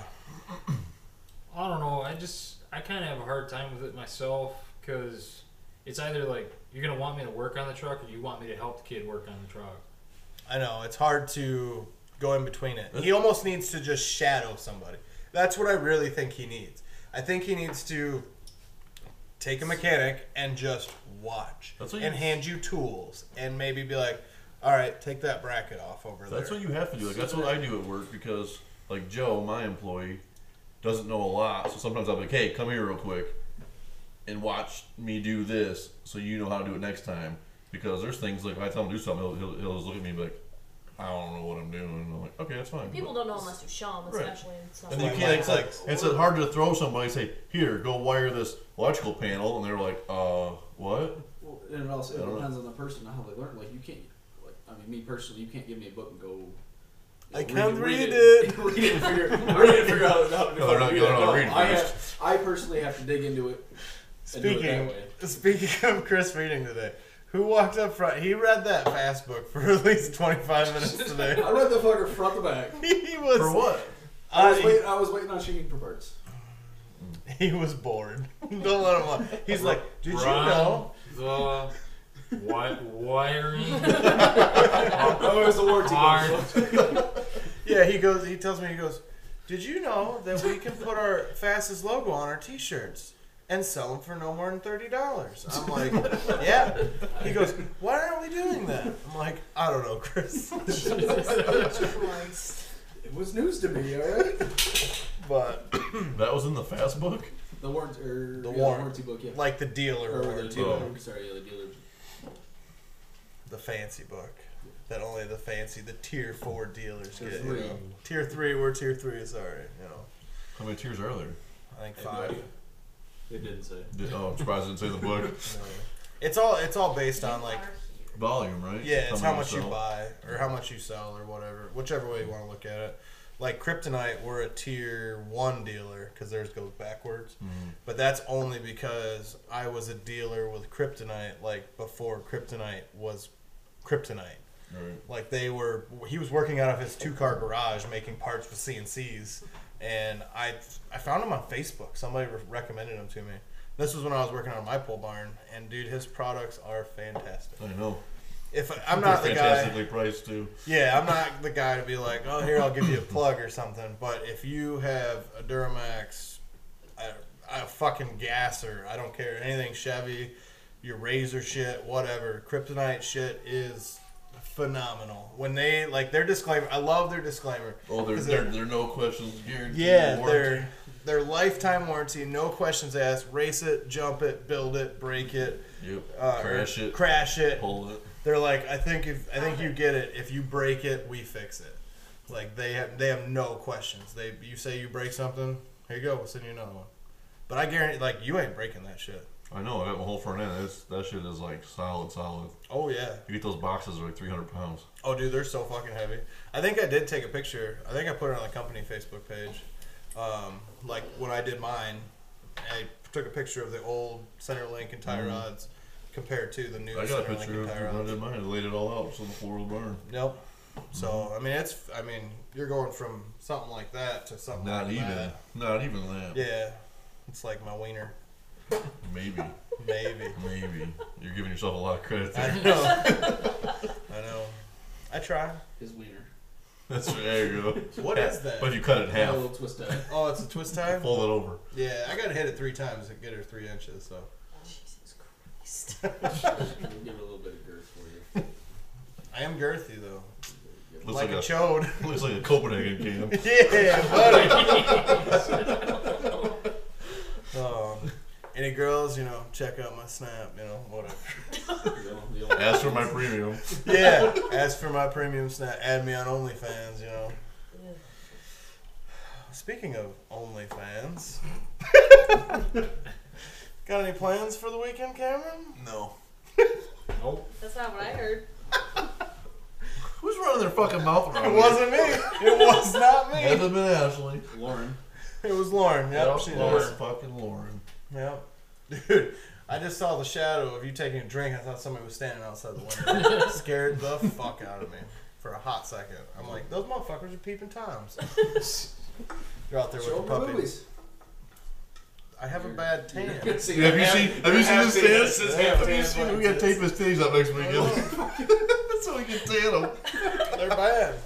B: I don't know. I just I kind of have a hard time with it myself because it's either like you're gonna want me to work on the truck or you want me to help the kid work on the truck.
A: I know it's hard to go in between it. He almost needs to just shadow somebody. That's what I really think he needs. I think he needs to take a mechanic and just watch
C: That's what
A: and
C: you-
A: hand you tools and maybe be like, "All right, take that bracket off over
C: That's
A: there."
C: what you have to do. Like that's what I do at work because like Joe, my employee, doesn't know a lot, so sometimes I'll be like, hey, come here real quick and watch me do this so you know how to do it next time. Because there's things like if I tell him to do something, he'll, he'll, he'll just look at me and be like, I don't know what I'm doing. And I'm like, okay, that's fine.
D: People don't know unless you show them,
C: Right.
D: especially in stuff
C: And
D: like
C: you
A: Like,
C: can't.
A: like,
C: It's
A: like-
C: like it's uh, hard to throw somebody and say, "Here, go wire this electrical panel," and they're like, "Uh, what?"
E: Well, and it also
C: I
E: it
C: don't know.
E: depends on the person and how they learn. Like you can't, like I mean, me personally, you can't give me a book and go. you
A: I can't read
E: it. read it and figure. I read it and figure out how to.
C: No, they're not-
E: do
C: they're
E: it.
C: not
E: No,
C: reading
E: I,
C: first.
E: have, I personally have to dig into it. And do it that
A: Speaking
E: way.
A: speaking of Chris reading today, who walked up front? He read that fast book for at least twenty five minutes today.
E: I read the fucker front to back.
A: he was
C: For what?
E: I
A: Uh,
E: was, wait, I was waiting on Shinging for parts.
A: he was bored. Don't let him. Lie. He's like, did you know?
B: The wi- wiring
E: Oh, it was the warranty.
B: Hard.
E: book.
A: Yeah, he goes. He tells me he goes. Did you know that we can put our fastest logo on our T-shirts and sell them for no more than thirty dollars? I'm like, yeah. He goes, why aren't we doing that? I'm like, I don't know, Chris.
D: that.
G: It was news to me, alright?
A: But
C: That was in the fast book.
E: The warranty. Or,
A: The
E: yeah,
A: warrant.
E: warranty book. Yeah.
A: like the dealer
E: Or
A: order
E: the
A: too,
E: dealer.
C: Oh.
E: Sorry, yeah, the dealer.
A: the fancy book that only the fancy, the tier four dealers
E: Tier
A: get. You
E: three.
A: know? Tier three, where tier three is alright. You know,
C: How many tiers are there?
A: I think
E: I had no
A: five.
E: idea. It didn't say.
C: Did- Oh, I'm surprised it didn't say the book.
A: you know. It's all it's all based on like
C: Volume, right?
A: Yeah, it's how much you
C: sell.
A: buy or how much you sell or whatever, whichever way you want to look at it. Like Kryptonite, we're a tier one dealer because theirs goes backwards, but that's only because I was a dealer with Kryptonite like before Kryptonite was Kryptonite.
C: Right.
A: Like they were, he was working out of his two car garage making parts for CNCs, and I I found him on Facebook. Somebody re- recommended him to me. This was when I was working on my pole barn, and dude, his products are fantastic.
C: I know.
A: If I- I'm not
C: They're
A: the guy,
C: fantastically priced too.
A: yeah, I'm not the guy to be like, oh, here, I'll give you a plug or something. But if you have a Duramax, a, a fucking gasser, I don't care, anything Chevy, your Razor shit, whatever, Kryptonite shit is phenomenal. When they, like, their disclaimer, I love their disclaimer.
C: Oh, they're
A: 'Cause
C: they're, they're no questions guaranteed.
A: yeah,
C: warranty.
A: their their lifetime warranty, no questions asked. Race it, jump it, build it, break it,
C: Yep.
A: uh, or
C: Crash it.
A: crash it,
C: Pull it.
A: they're like, I think if I think you get it. If you break it, we fix it. Like they have they have no questions. They you say you break something, here you go, we'll send you another one. But I guarantee like you ain't breaking that shit.
C: I know. I got my whole front end. That's, that shit is like solid, solid.
A: Oh yeah.
C: You get those boxes are like 300 pounds.
A: Oh dude, they're so fucking heavy. I think I did take a picture. I think I put it on the company Facebook page. Um, like when I did mine, I took a picture of the old center link and tie rods compared to the new
C: Mm-hmm. I got a
A: center link
C: picture
A: and
C: of
A: tie
C: when I
A: rods.
C: did mine. I laid it all out. It's on the floor of the barn.
A: Nope. So I mean, it's I mean, you're going from something like that to something
C: Not
A: like
C: even.
A: that.
C: Not even
A: Oh,
C: that.
A: Yeah, it's like my wiener,
C: Maybe.
A: maybe.
C: Maybe. You're giving yourself a lot of credit
A: I
C: there.
A: know. I know. I try.
E: His wiener.
C: That's there you go.
A: What is that?
C: But you cut it in
E: Had a
C: half.
E: little twist out.
A: Oh, it's a twist tie.
C: Fold it over.
A: Yeah, I got to hit it three times to get her three inches. So
D: Oh, Jesus Christ.
E: Give it a little bit of girth for you.
A: I am girthy though,
C: Looks
A: like,
C: like,
A: a chode.
C: a looks like a Copenhagen can.
A: yeah, buddy. um, any girls, you know, check out my snap, you know, whatever.
E: The old- the old-
C: Ask for my premium.
A: Yeah. As for my premium snap, add me on OnlyFans, you know.
D: Yeah.
A: Speaking of OnlyFans, got any plans for the weekend, Cameron?
C: No.
B: Nope.
D: That's not what I heard.
C: Who's running their fucking mouth around?
A: It
C: here?
A: wasn't me. It was not me.
C: Hasn't been Ashley.
E: Lauren.
A: It was Lauren. Yep,
C: Yep,
A: she
C: Lauren.
A: does.
C: Fucking Lauren.
A: Yep. Dude, I just saw the shadow of you taking a drink. I thought somebody was standing outside the window. Scared the fuck out of me for a hot second. I'm like, those motherfuckers are peeping toms. You're out there
G: Show
A: with
G: me
A: the puppy.
G: movies.
A: I have a bad tan.
C: Have you seen? Have you seen this dance?
E: This
C: Have you seen? We gotta tape his titties up next weekend. so we can tan them.
A: They're bad.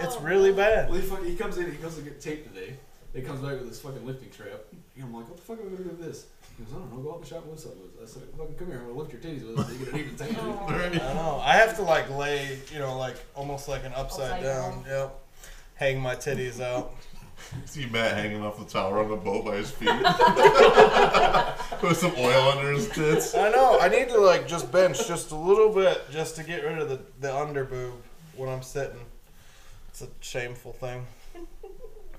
A: It's
D: Oh.
A: really bad.
E: Well, he, fucking, he comes in, he goes to get taped today. He comes back with this fucking lifting trap. And I'm like, what the fuck am I gonna do with this? He goes, I don't know, go out in the shop and lift something with it. I said, fucking come here, I'm gonna lift your titties with it so you get an even tan.
D: Oh.
A: I don't know. I have to like lay, you know, like almost like an upside,
D: Upside
A: down.
D: down.
A: Yep. Hang my titties out.
C: See Matt hanging off the tower on the boat by his feet. With some oil under his tits.
A: I know. I need to like just bench just a little bit just to get rid of the the under boob when I'm sitting. It's a shameful thing. Oh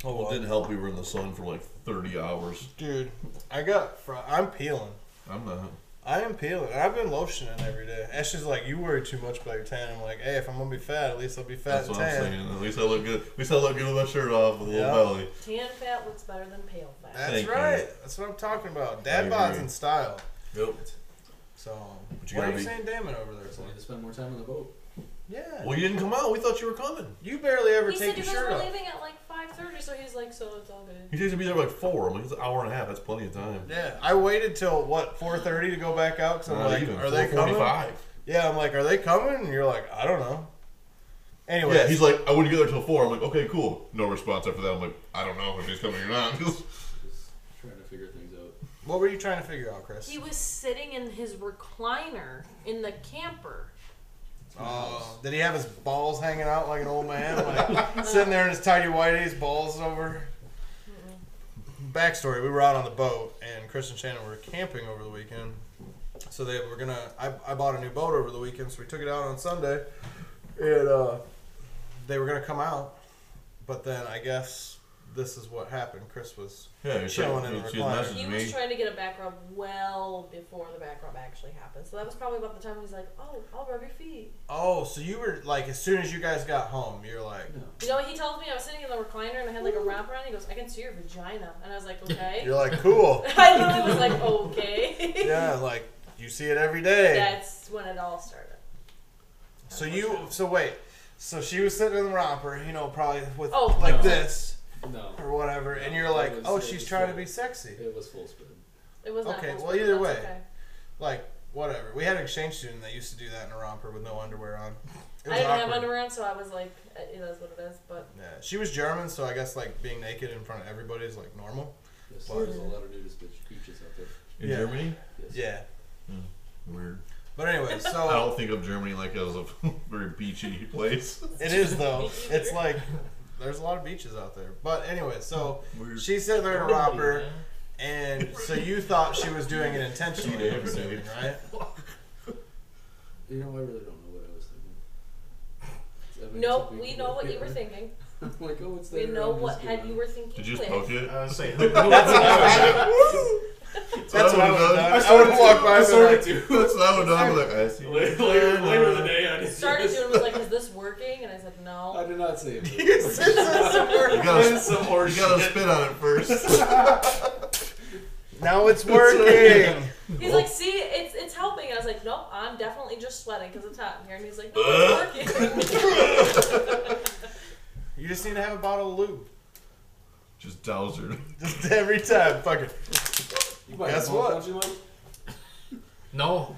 C: Well, it
A: well,
C: didn't help we were in the sun for like 30 hours.
A: dude. I got. Fr- I'm peeling.
C: I'm not.
A: I am peeling. I've been lotioning every day. Ashley's like, you worry too much about your tan. I'm like, hey, if I'm gonna be fat, at least I'll be fat
C: That's
A: and
C: what I'm
A: tan.
C: saying. At least I look good. At least I look good with my shirt off with a
A: Yeah.
C: little belly.
D: Tan fat looks better than pale fat.
A: That's
C: Thank you.
A: right. That's what I'm talking about. Dad
C: I
A: bods
C: agree.
A: in style.
C: Yep.
A: So,
C: But you
A: what
C: gotta
A: are you
C: be-
A: saying, Damon, over there?
E: So
A: For?
E: I need to spend more time on the boat.
A: Yeah.
C: Well, you didn't come out. We thought you were coming.
A: you barely ever
D: He
A: take your
D: said you guys
A: shirt
D: were
A: off.
D: leaving at like 5:30, so he's like, so it's all good.
C: You guys would be there by like 4. I'm like, it's an hour and a half. That's plenty of time.
A: Yeah, I waited till what 4:30 to go back out because I'm
C: Not
A: like,
C: even.
A: are they coming?
C: 4:45.
A: Yeah, I'm like, are they coming? And you're like, I don't know. Anyway,
C: Yeah, he's like, I wouldn't get there till 4. I'm like, okay, cool. No response after that. I'm like, I don't know if he's coming or not.
E: Just trying to figure things out.
A: what were you trying to figure out, Chris?
D: He was sitting in his recliner in the camper.
A: Oh, did he have his balls hanging out like an old man, like sitting there in his tidy whities, balls over? Backstory: We were out on the boat, and Chris and Shannon were camping over the weekend. So they were gonna. I, I bought a new boat over the weekend, so we took it out on Sunday, and uh, they were gonna come out, but then I guess this is what happened. Chris was
C: yeah, he's
A: Chilling in the
C: she
A: recliner.
C: messaged
D: He
C: me.
D: was trying to get a back rub well before the back rub actually happened. So that was probably about the time he's like, oh, I'll rub your feet.
A: Oh, so you were like, as soon as you guys got home, you're like,
E: No.
D: You know what he tells me? I was sitting in the recliner and I had like a wrap around. He goes, I can see your vagina. And I was like, okay.
A: you're like, cool,
D: I literally was like, okay.
A: yeah, like you see it every day.
D: That's when it all started.
A: So you, so wait, so she was sitting in the romper, you know, probably with
D: Oh.
A: like
E: No.
A: this
E: No.
A: or whatever, and you're
E: No,
A: like,
E: it was-
A: oh,
E: it
A: she's
E: was
A: trying to
E: full.
A: be sexy,
E: It was full spin.
D: It was not
A: Okay,
D: full
A: well,
D: speed,
A: either
D: but
A: way.
D: that's okay.
A: like whatever. We had an exchange student that used to do that in a romper with no underwear on. It
D: I
A: was
D: didn't have
A: awkward.
D: underwear on, so I was like, eh, it is what it is. But
A: Yeah, she was German, so I guess like being naked in front of everybody is like normal.
E: Yes, there's a lot of nudist bitch beaches out there.
C: In
A: Yeah.
C: Germany?
E: Yes.
A: Yeah,
C: Weird.
A: but anyway,
C: I
A: so
C: don't think of Germany like as a very beachy place.
A: it is though.
D: Me
A: It's
D: either.
A: like there's a lot of beaches out there, but anyway, so
C: Weird.
A: she's sitting there in a romper.
B: Yeah.
A: And so you thought she was doing it intentionally, I'm
C: Every day.
A: assuming, right?
E: You know, I really don't know what I was thinking. That makes
D: nope,
E: me
D: we
E: feel
D: know what
E: weird.
D: you were thinking.
E: I'm like, oh, it's
D: We
E: there.
D: know
E: I'm
D: what
E: just
D: head
E: gonna-
D: you were thinking.
C: Did you just
D: with.
C: poke it?
B: I was saying,
A: That's what I would have done. I
C: sorta
A: would have walked by and been like,
E: do.
C: That's what I would have done. I'd be like, I see.
E: later, later, later in the day, I did
D: Started
E: this.
D: doing was like, is this working? And I said,
E: I
D: no.
E: did not say it.
A: You said that's the
C: You
A: word.
C: gotta,
E: That's some horse
C: you gotta
E: shit.
C: spit on it first.
A: Now it's working.
D: He's like, see, it's it's helping. And I was like, nope, I'm definitely just sweating because it's hot in here. And he's like, no, it's working.
A: You just need to have a bottle of lube.
C: Just dowser.
A: Just every time. Fuck it.
E: You might
A: Guess
E: have
A: what?
E: Don't you like?
B: no.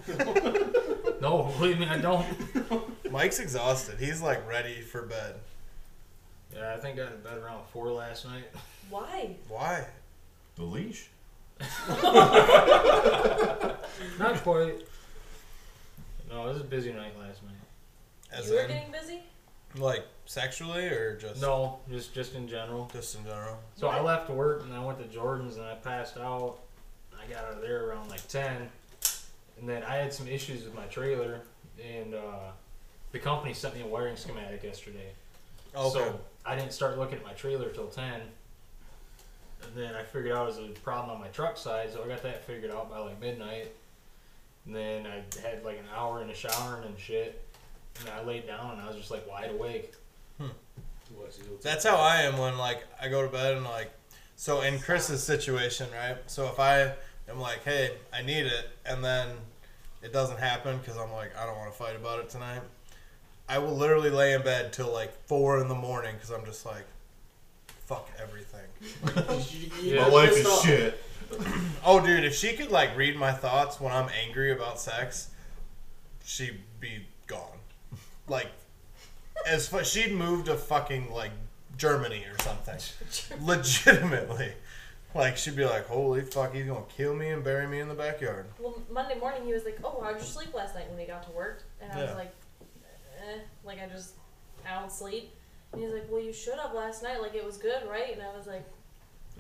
B: no, believe me, I don't.
A: Mike's exhausted. He's like ready for bed.
B: Yeah, I think I had bed around four last night.
D: Why?
A: Why?
C: The leash?
B: Not quite. No, it was a busy night last night.
A: As
D: you were
A: in,
D: getting busy?
A: like sexually or just
B: No, just just in general.
A: just in general?
B: So I left work and I went to Jordan's and I passed out. I got out of there around like 10. And then I had some issues with my trailer. And uh, the company sent me a wiring schematic yesterday.
A: Okay.
B: So I didn't start looking at my trailer till 10. And then I figured out it was a problem on my truck side. So I got that figured out by like midnight. And then I had like an hour in the shower and shit. And I laid down and I was just like wide awake.
E: What, you know,
A: That's how I am when like I go to bed and like so in Chris's situation, right? So if I am like, "Hey, I need it," and then it doesn't happen because I'm like, I don't want to fight about it tonight. I will literally lay in bed till like four in the morning because I'm just like, fuck everything.
B: Yeah.
C: My life is shit.
A: Oh, dude, if she could like read my thoughts when I'm angry about sex, she'd be gone. Like, as fu- she'd move to fucking like Germany or something. Legitimately, like she'd be like, "Holy fuck, he's gonna kill me and bury me in the backyard."
D: Well, Monday morning he was like, oh, how'd you sleep last night when he got to work? And I was
A: Yeah.
D: like, eh, like I just, I don't sleep. And he's like, well, you should have last night. Like, it was good, right? And I was like,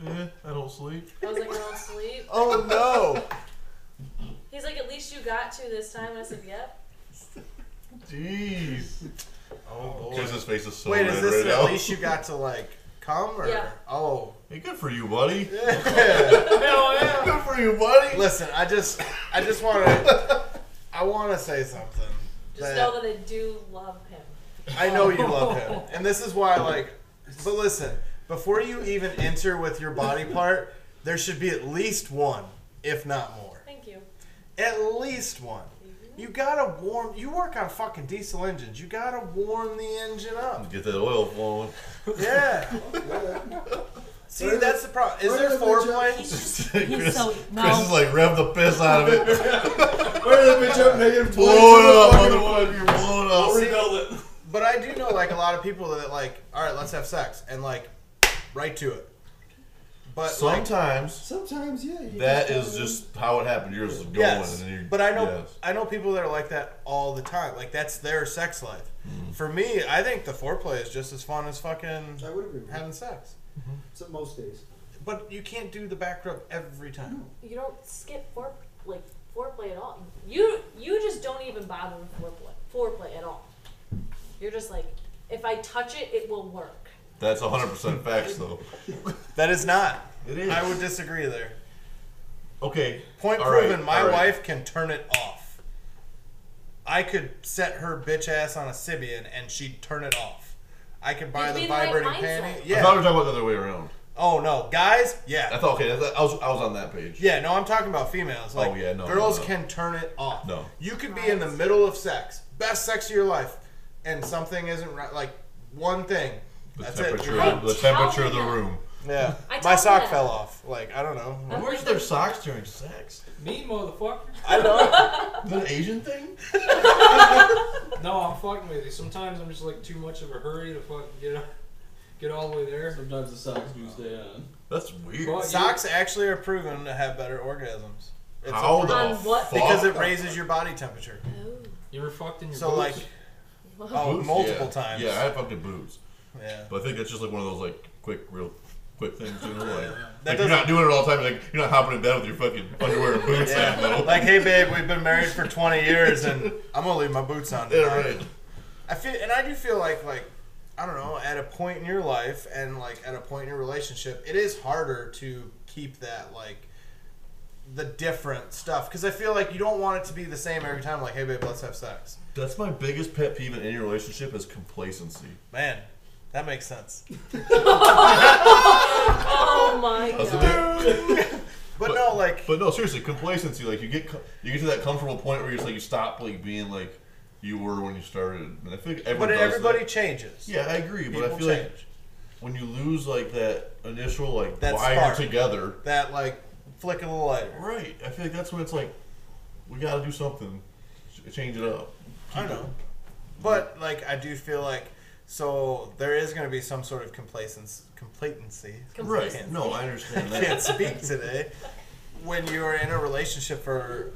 C: Eh, I don't sleep.
D: I was like, I don't sleep.
H: Oh no!
D: He's like, at least you got to this time. And I said, yep.
C: Jeez.
A: Oh boy.
C: Because his face is so
A: Wait,
C: red
A: is this
C: right
A: at
C: now.
A: least you got to like come or?
D: Yeah.
A: Oh.
C: Hey, good for you, buddy.
B: Hell yeah.
C: Good for you, buddy.
A: Listen, I just, I just want to, I want to say something.
D: Just know that I do love him.
A: I know you love him, and this is why. Like, but listen, before you even enter with your body part, there should be at least one, if not more.
D: Thank you.
A: At least one. You gotta warm. You work on fucking diesel engines. You gotta warm the engine up.
C: Get that oil flowing.
A: Yeah. See, that's the problem. Is there foreplay?
I: He's just, he's so,
C: Chris is
I: no,
C: like, rev the piss out of it.
G: Where did bitch up negative
C: blow it up,
G: twenty?
C: motherfucker. You're blowing up.
A: See,
E: Rebuild it.
A: But I do know like a lot of people that like, all right, let's have sex, and like, right to it. But like,
C: Sometimes
G: Sometimes, yeah. you
C: that
G: gotta-
C: is just how it happened. You're just going.
A: yes,
C: and you're,
A: but I know
C: Yes.
A: I know people that are like that all the time. Like that's their sex life.
C: Mm-hmm.
A: For me, I think the foreplay is just as fun as fucking
G: I would agree. With you.
A: having sex.
G: So most days.
A: But you can't do the back rub every time.
D: You don't skip fore, like, foreplay at all. You you just don't even bother with foreplay, foreplay at all. You're just like, if I touch it, it will work.
C: That's 100% facts, though.
A: That is not.
C: It is.
A: I would disagree there.
C: Okay.
A: Point
C: all right,
A: proven. my
C: all right.
A: wife can turn it off. I could set her bitch ass on a Sibian and she'd turn it off. I could buy
D: You'd be
A: the
D: in the right
A: vibrating
D: mindset.
A: panty.
C: I thought we
A: Yeah.
C: were talking about the other way around.
A: Oh no, guys.
C: I
A: Yeah.
C: thought okay, that's, I was I was on that page.
A: Yeah. No, I'm talking about females. Like
C: Oh, yeah, no,
A: girls
C: no, no.
A: can turn it off.
C: No.
A: You could be in the middle of sex, best sex of your life, and something isn't right. Like one thing.
C: The
A: that's
C: temperature,
A: It.
D: I
C: the
D: tell
C: temperature of the
D: you that.
C: room.
A: Yeah.
D: I
A: My
D: told
A: sock
D: them.
A: fell off. Like I don't know.
D: I'm like,
C: socks during sex?
B: Me, motherfucker.
A: I know.
C: The Asian thing?
B: No, I'm fucking with you. Sometimes I'm just like too much of a hurry to fucking get up, get all the way there.
E: Sometimes the socks do stay on.
C: That's weird.
D: Oh.
B: But you-
A: Socks actually are proven to have better orgasms. It's
C: How the
D: On what?
C: fuck?
A: because it raises your body temperature.
D: "Oh,
B: You were fucked in your
A: So
B: boots.
A: like, oh,
C: Boots?
A: multiple
C: Yeah.
A: times.
C: Yeah, I fucked in boots,
A: yeah.
C: but I think that's just like one of those like quick, real quick things. You know, like,
A: That
C: like you're not
A: doesn't-
C: doing it all the time. Like you're not hopping in bed with your fucking underwear and boots
A: Yeah.
C: on. Though.
A: Like, hey babe, we've been married for 20 years, and I'm gonna leave my boots on.
C: yeah,
A: tonight."
C: right.
A: I feel, and I do feel like, like, I don't know, at a point in your life, and like at a point in your relationship, it is harder to keep that like the different stuff because I feel like you don't want it to be the same every time. Like, hey babe, let's have sex.
C: That's my biggest pet peeve in any relationship is complacency.
A: Man, that makes sense.
D: oh my
C: That's the
D: god.
C: big-
A: But, no, like,
C: But no, seriously, complacency. Like you get co- you get to that comfortable point where you're just like you stop like being like you were when you started. And I feel like everyone
A: but
C: does
A: everybody
C: that.
A: changes.
C: Yeah, I agree,
A: people
C: but I feel
A: change.
C: like when you lose like that initial like
A: That
C: why
A: spark.
C: you're together,
A: that like flick of the lighter.
C: right? I feel like that's when it's like we got to do something, Ch- change it up.
A: I know. But like I do feel like so there is going to be some sort of complacency complacency.
C: Right?
D: Complacency.
C: No, I understand
A: I
C: that.
A: can't speak today when you are in a relationship for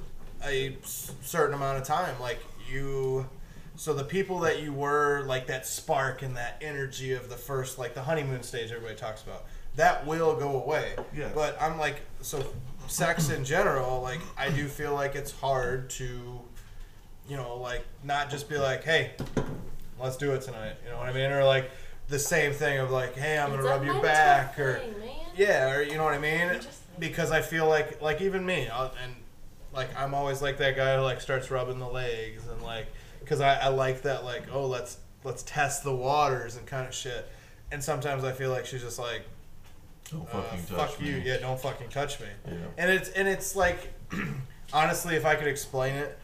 A: a s- certain amount of time like you so the people that you were like that spark and that energy of the first like the honeymoon stage everybody talks about that will go away
C: Yeah.
A: but i'm like so sex in general like i do feel like it's hard to you know, like not just be like, hey, let's do it tonight. You know what I mean? Or like the same thing of like, hey, I'm gonna
D: It's a
A: rub your
D: mental
A: back or
D: thing, man.
A: yeah, or you know what I mean?
D: just like-
A: Because I feel like like even me, I'll, and like I'm always like that guy who like starts rubbing the legs and like because I, I like that like oh let's let's test the waters and kind of shit. And sometimes I feel like she's just like,
C: Don't
A: uh,
C: fucking touch
A: fuck
C: me.
A: you, yeah, don't fucking touch me.
C: Yeah.
A: And it's and it's like honestly, if I could explain it,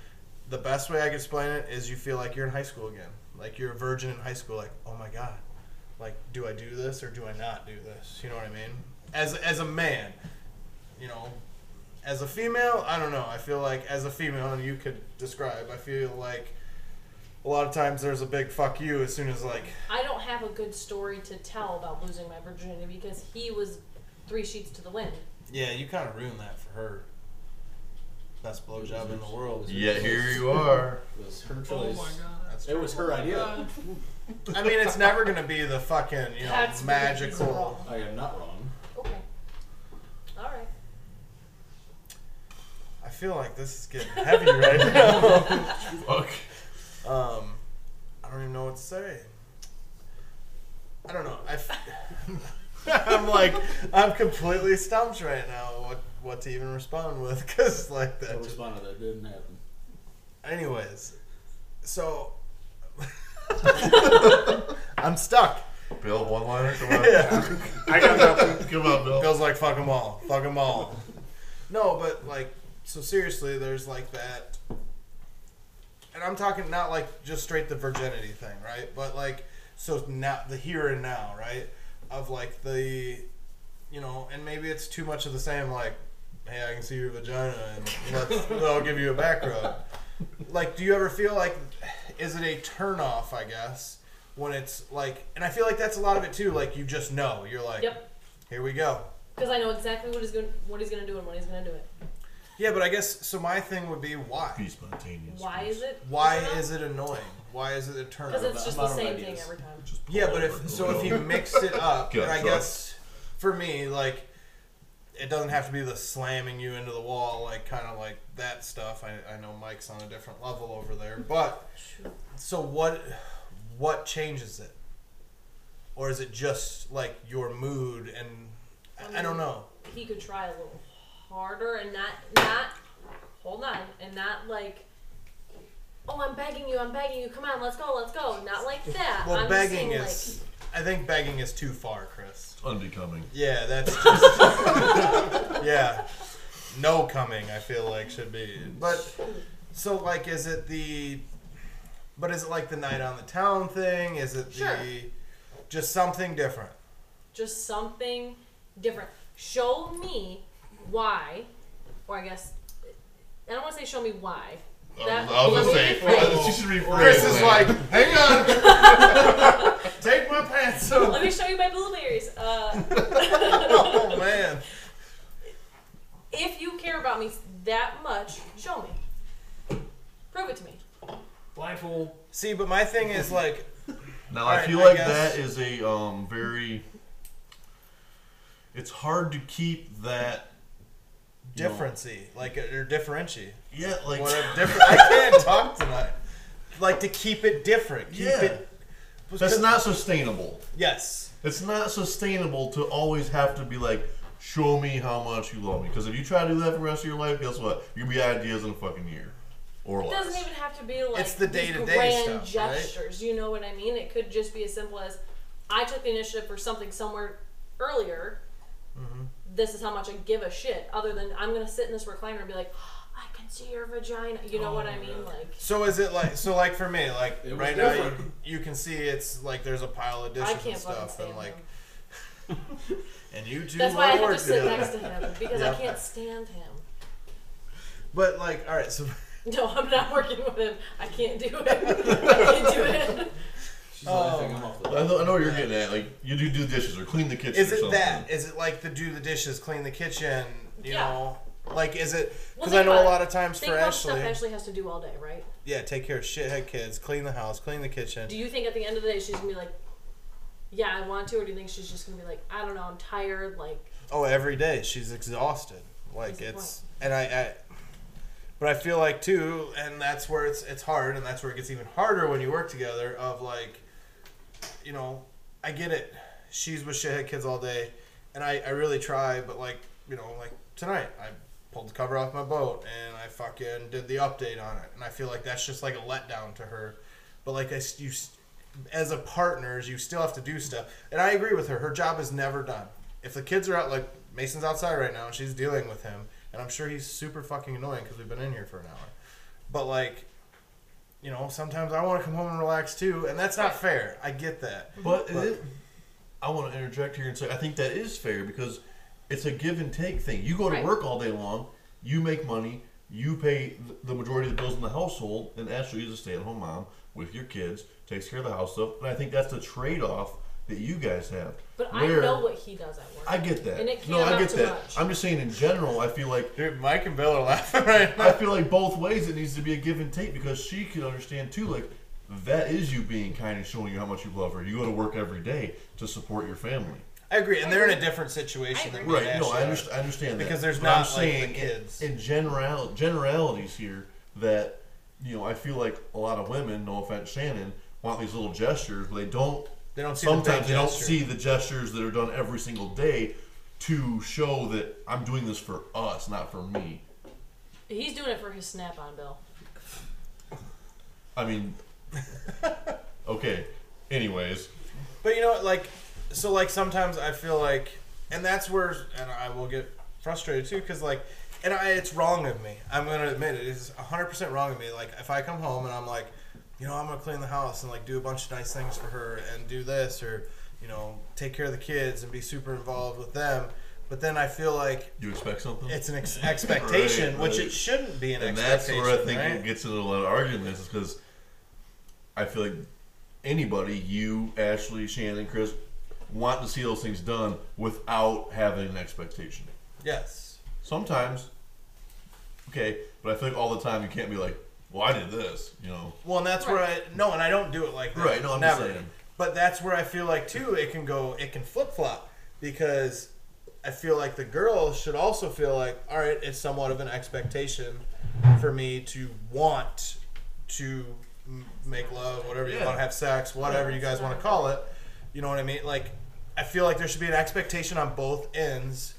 A: the best way I could explain it is you feel like you're in high school again. Like you're a virgin in high school, like, oh my god. Like, do I do this or do I not do this? You know what I mean? As as a man, you know, as a female, I don't know. I feel like as a female, and you could describe, I feel like a lot of times there's a big fuck you as soon as like
D: I don't have a good story to tell about losing my virginity because he was three sheets to the wind.
A: Yeah, you kinda ruined that for her. Best blowjob in the world.
C: Yet here you are.
E: It was her choice.
B: oh my god.
A: That's
E: It was her idea.
A: I mean, it's never gonna be the fucking you know
D: That's
A: magical.
D: wrong.
E: I am not wrong.
D: Okay. All right.
A: I feel like this is getting heavy right now.
C: Fuck.
A: Um, I don't even know what to say. I don't know. I am like I'm completely stumped right now. What what to even respond with? Because like
E: I
A: that. just-
E: responded that didn't happen.
A: anyways, so I'm stuck.
C: Bill, one liner, come on.
F: I got nothing.
C: Come on, Bill.
A: Bill's like, fuck them all. Fuck them all. no, but like, so seriously, there's like that. And I'm talking not like just straight the virginity thing, right? But like, so now the here and now, right? Of like the, you know, and maybe it's too much of the same, like, hey, I can see your vagina and let's, I'll give you a back rub. Like, do you ever feel like, is it a turnoff, I guess, when it's like, and I feel like that's a lot of it too, like, you just know. You're like,
D: Yep.
A: here we go.
D: Because I know exactly what he's going what he's gonna do and when he's gonna do it.
A: Yeah, but I guess so. My thing would be
C: Be
A: why?
C: spontaneous.
D: Why is it?
A: Why is it annoying? Why is it a turn?
D: Because it's
E: I'm
D: just
E: out
D: the
E: of
D: same
E: ideas.
D: thing every time.
C: Just pull
A: Yeah, but
C: over,
A: if so, if
C: Bill.
A: you mixed it up,
C: Get
A: and I
C: drunk.
A: guess for me, like it doesn't have to be the slamming you into the wall, like kind of like that stuff. I, I know Mike's on a different level over there, but
D: Shoot.
A: so what? What changes it? Or is it just like your mood and I, I don't know.
D: He could try a little harder and not not hold on and not like. Oh, I'm begging you! I'm begging you! Come on, let's go! Let's go! Not like that.
A: Well,
D: I'm just
A: begging
D: saying,
A: is. I think begging is too far, Chris.
C: unbecoming.
A: Yeah, that's just yeah. No coming, I feel like should be. But so like, is it the? But is it like the night on the town thing? Is it
D: Sure.
A: the? Just something different.
D: just something different. Show me why, or I guess I don't want to say show me why. That-
C: I was gonna
D: let
C: say,
D: me rephrase.
C: she should rephrase.
A: Chris is
C: that.
A: like, hang on, take my pants off.
D: Let me show you my blueberries. Uh,
A: Oh man,
D: if you care about me that much, show me. Prove it to me.
B: Blindfold.
A: see, but my thing is like,
C: Now
A: All
C: I
A: right,
C: feel
A: I
C: like
A: guess-
C: that is a um, very. It's hard to keep that. you know-
A: differency, like uh, or differentiate.
C: yeah, like
A: What a different. I can't talk tonight. Like to keep it different. Keep
C: yeah.
A: it.
C: That's not sustainable.
A: Yes.
C: It's not sustainable to always have to be like, show me how much you love me. Because if you try to do that for the rest of your life, guess what? You'll be ideas in a fucking year or
D: It doesn't
C: less.
D: even have to be like
A: It's the
D: these
A: day-to-day
D: grand
A: stuff, right?
D: gestures. You know what I mean? It could just be as simple as I took the initiative for something somewhere earlier.
A: Mm-hmm.
D: This is how much I give a shit. Other than I'm gonna sit in this recliner and be like, I can see your vagina. You
A: Oh
D: know what I mean? Like
A: So is it like so like for me like
E: It was
A: right now you,
E: different.
A: you can see it's like there's a pile of
D: I
A: dishes and
D: can't fucking
A: stuff
D: stand
A: and like
D: him.
A: and you two
D: That's why I
A: wanna
D: have to
A: work
D: sit
A: together.
D: next to him because
A: Yeah.
D: I can't stand him.
A: But like all right so
D: No, I'm not working with him. I can't do it. I can't do it.
E: She's
A: Oh.
E: laughing. I'm off the
C: I know, I know what you're getting at. Like, you do do dishes or clean the kitchen
A: is
C: or
A: it
C: something.
A: that is it like the do the dishes clean the kitchen you
D: Yeah.
A: know like is it
D: Well,
A: because
D: think
A: I know
D: about
A: a
D: it.
A: lot of times
D: Think
A: for
D: about stuff
A: Ashley
D: Ashley has to do all day, right?
A: yeah take care of shithead kids clean the house clean the kitchen
D: Do you think at the end of the day she's gonna be like, "Yeah, I want to," or do you think she's just gonna be like, "I don't know, I'm tired." Like,
A: oh every day she's exhausted
D: That's
A: like
D: the
A: it's and I, I but i feel like too and that's where it's it's hard and that's where it gets even harder when you work together of like you know i get it she's with shithead kids all day and i i really try but like you know like tonight i pulled the cover off my boat and i fucking did the update on it and i feel like that's just like a letdown to her but like i s- you s- as a partners you still have to do stuff and i agree with her her job is never done if the kids are out like mason's outside right now and she's dealing with him and i'm sure he's super fucking annoying because we've been in here for an hour but like you know sometimes i want to come home and relax too and that's not fair i get that
C: But it is- I want to interject here and say I think that is fair because it's a give and take thing. You go to
D: Right.
C: work all day long, you make money, you pay th- the majority of the bills in the household, and Ashley is a stay-at-home mom with your kids, takes care of the house stuff, and I think that's the trade-off that you guys have.
D: but I
C: Where-
D: know what he does at work.
C: I get that.
D: and it
C: no,
D: can't
C: I
D: amount
C: get
D: to
C: that.
D: much.
C: I'm just saying in general, I feel like
A: dude mike and bill are laughing right now
C: I feel like both ways it needs to be a give and take because she can understand too. Like That is you being kind and showing you how much you love her. You go to work every day to support your family.
A: I agree, and they're in a different situation than me
C: Right.
A: and
C: No,
A: Ashley
C: I,
A: are.
C: underst- I understand that.
A: Because there's
C: But I'm
A: not, like, the
C: saying in-
A: kids.
C: In, general generalities here that you know, I feel like a lot of women, no offense, Shannon, want these little gestures, but they don't.
A: They don't see the
C: Sometimes
A: big
C: they don't
A: gesture.
C: see the gestures that are done every single day to show that I'm doing this for us, not for me.
D: He's doing it for his snap on bill.
C: I mean, okay. Anyways,
A: But you know, what, like, so like sometimes I feel like, and that's where, and I will get frustrated too, because like, and I, it's wrong of me. I'm gonna admit it. It's 100 percent wrong of me. Like, if I come home and I'm like, you know, I'm gonna clean the house and like do a bunch of nice things for her and do this or, you know, take care of the kids and be super involved with them. But then I feel like
C: you expect something?
A: it's an ex- expectation,
C: Right,
A: which
C: right.
A: it shouldn't be an
C: and that's
A: expectation.
C: where I think
A: right?
C: it gets into a lot of arguments is because I feel like anybody, you, Ashley, Shannon, Chris, want to see those things done without having an expectation.
A: yes.
C: Sometimes, okay, but I feel like all the time you can't be like, well, I did this, you know.
A: Well, and that's where I no, and I don't do it like that.
C: Right, no, I'm just
A: never.
C: saying.
A: But that's where I feel like too it can go, it can flip flop because I feel like the girl should also feel like, all right, it's somewhat of an expectation for me to want to m- make love, whatever you
C: Yeah.
A: want to have sex, whatever you guys want to call it. You know what I mean? Like, I feel like there should be an expectation on both ends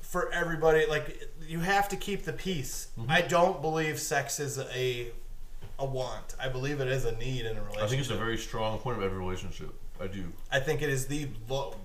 A: for everybody. Like, you have to keep the peace.
C: Mm-hmm.
A: I don't believe sex is a a want. I believe it is a need in a relationship.
C: I think it's a very strong point of every relationship. I do.
A: I think it is the low.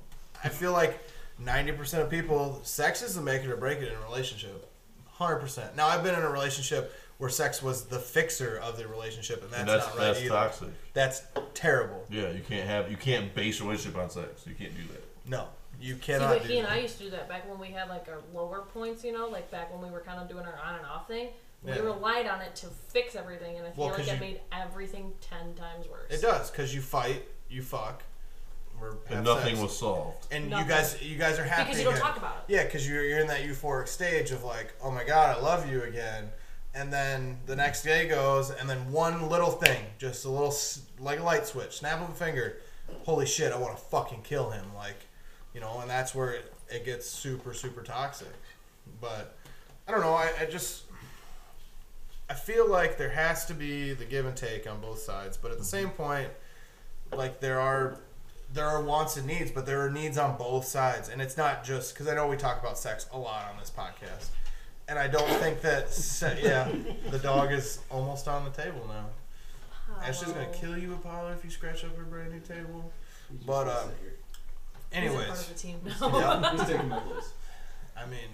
A: I feel like ninety percent of people, sex is the make it or break it in a relationship. Hundred percent. Now I've been in a relationship where sex was the fixer of the relationship, and that's,
C: and that's
A: not right
C: that's
A: either.
C: toxic.
A: That's terrible.
C: Yeah, you can't have you can't base a relationship on sex. You can't do that.
A: No, you
D: See,
A: cannot do
D: but he and
A: that.
D: I used to do that back when we had like our lower points, you know, like back when we were kind of doing our on and off thing.
A: Yeah.
D: We relied on it to fix everything, and I feel
A: Well,
D: like
A: 'cause
D: that
A: you-
D: made everything ten times worse.
A: It does because you fight, you fuck, or have
C: And nothing
A: sex.
C: was solved.
A: and
D: Nothing.
A: you guys you guys are happy
D: Because you don't
A: again.
D: talk about
A: Yeah, because you're, you're in that euphoric stage of like, oh my god, I love you again. And then the next day goes, and then one little thing, just a little, s- like a light switch, snap of a finger. Holy shit, I want to fucking kill him. Like, you know, and that's where it, it gets super, super toxic. But I don't know, I, I just, I feel like there has to be the give and take on both sides. But at the same point, like, there are there are wants and needs, but there are needs on both sides, and it's not just because I know we talk about sex a lot on this podcast, and I don't think that se- yeah, the dog is almost on the table now. Ashley's gonna
D: Apollo.
A: kill you, Apollo, if you scratch up her brand new table.
E: You just
A: But,
E: gotta
A: um,
E: sit here.
D: He's a
A: Anyways,
D: part of the team now.
A: yeah,
E: Who's taking my place?
A: I mean,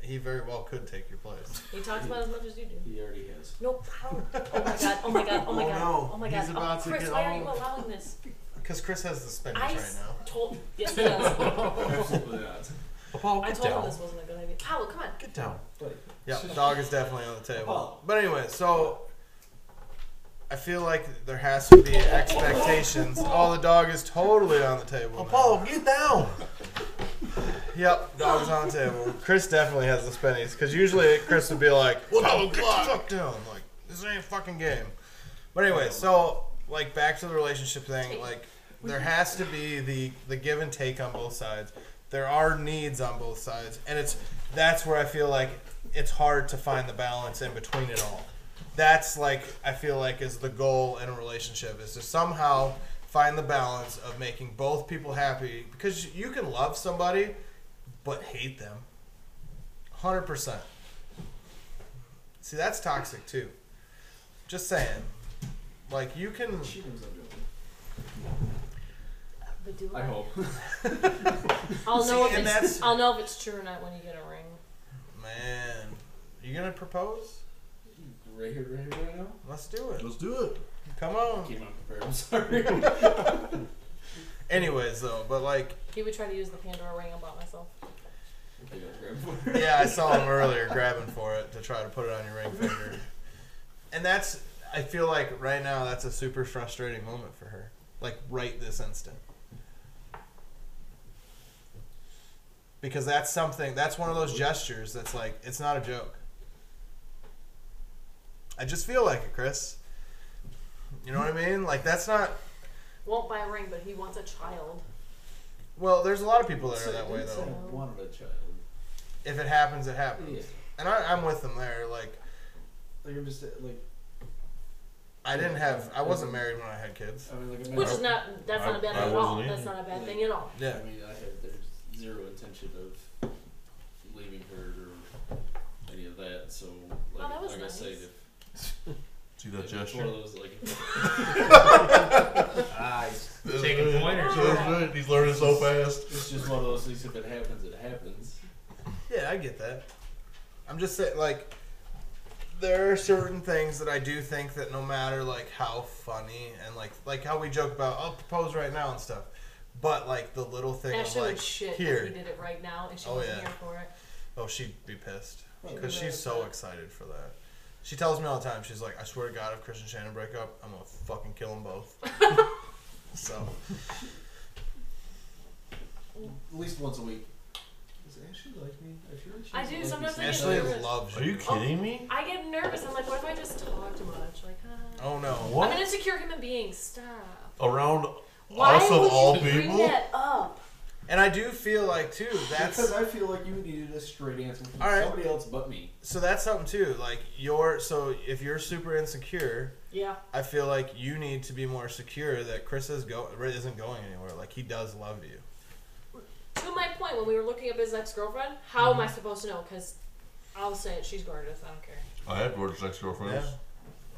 A: he very well could take your place.
D: He talks about it as much as you do.
E: He already has.
D: Nope. Oh my god. Oh my god. Oh my
A: Oh,
D: god.
A: no.
D: Oh my
A: He's
D: god.
A: about to
D: oh, Chris,
A: get
D: why are
A: all-
D: you allowing this?
A: Cause Chris has the spinach
D: I
A: right
D: s-
A: now.
D: told. Yes, he does.
E: Absolutely not.
C: Apollo,
D: I
C: get
D: told him
C: down.
D: this wasn't a good idea. Ow, come on.
C: Get down.
E: But
A: Yeah, the dog is definitely on the table.
E: Oh.
A: But anyway, so I feel like there has to be expectations. Oh, the dog is totally on the table. now.
C: Apollo, get down.
A: Yep, dog's on the table. Chris definitely has the spinnies because usually Chris would be like,
C: Well,
A: "Pop,
C: no,
A: get the
C: fuck."
A: fuck down!" Like this ain't a fucking game. But anyway, so like back to the relationship thing. Like there has to be the the give and take on both sides. There are needs on both sides, and it's that's where I feel like it's hard to find the balance in between it all. That's like I feel like is the goal in a relationship is to somehow find the balance of making both people happy because you can love somebody but hate them. 100%. See, that's toxic too. Just saying. Like, you can.
E: she knows I'm joking.
D: But do
E: I hope.
D: I'll
A: See,
D: know
A: and
D: if
A: that's-
D: it's. I'll know if it's true or not when you get a ring.
A: Man. You gonna propose?
E: right here, right here, right now.
A: Let's do it.
C: Let's do it.
A: Come
E: I
A: on.
E: came unprepared. I'm sorry.
A: Anyways, though, but like,
D: He would try to use the Pandora ring I bought myself.
E: Okay, I'll grab one.
A: yeah, I saw him earlier grabbing for it to try to put it on your ring finger. And that's, I feel like right now that's a super frustrating moment for her. Like, right this instant. Because that's something, that's one of those gestures that's like, it's not a joke. I just feel like it, Chris. You know what I mean? Like that's not.
D: Won't buy a ring, but he wants a child.
A: Well, there's a lot of people that are
E: Say-
A: that way
E: say
A: though.
E: I wanted a child.
A: If it happens, it happens.
E: Yeah.
A: And I, I'm with them there. Like
E: Like I'm just uh, like
A: I didn't have. I wasn't married when I had kids.
E: I mean like I'm
D: Which
E: not-
D: is not, that's not a bad
C: I- I
D: thing at all.
C: wasn't
D: That's
C: either.
D: not a bad thing at all.
A: Yeah.
E: I mean I have there's zero intention of leaving her or any of that. So like,
D: Oh, that was
E: like
D: nice.
E: I said, if
C: See that
E: if it's one
C: gesture?
E: of those like if-
B: Ah, he's taking pointers.
C: So that's right. He's learning so fast.
E: it's just one of those things. If it happens, it happens.
A: Yeah, I get that. I'm just saying, like, there are certain things that I do think that no matter like how funny and like like how we joke about I'll propose right now and stuff, but like the little thing
D: Ashley
A: of like
D: would shit if he
A: here,
D: did it right now and she
A: Oh,
D: wasn't
A: yeah.
D: here for it.
A: oh she'd be pissed
C: Oh,
D: She'd be
A: because
D: really
A: she's so
D: upset.
A: excited for that. She tells me all the time, she's like, I swear to God, if Chris and Shannon break up, I'm gonna fucking kill them both. so
E: At least once a week. Does Ashley like me? I feel like she
D: I
E: doesn't
D: do,
E: like me
D: sometimes I get
A: Ashley
D: nervous.
A: loves
C: Are you kidding me?
D: I get nervous. I'm like, what if I just talk too much? Like, huh?
A: Oh no!
D: I'm an insecure human being. Stop.
C: Around
D: Why
C: us of
D: would
C: all
D: you bring
C: people?
D: that up?
A: And I do feel like too that's
E: Because I feel like you needed a straight answer from
A: All right.
E: somebody else but me.
A: so that's something too. Like you're so if you're super insecure,
D: Yeah.
A: I feel like you need to be more secure that Chris is go isn't going anywhere. Like he does love you.
D: To my point, when we were looking up his ex girlfriend, how
C: Mm-hmm.
D: am I supposed to know? Because I'll say it. She's gorgeous. I don't care.
C: I have gorgeous ex-girlfriends.
A: Yeah.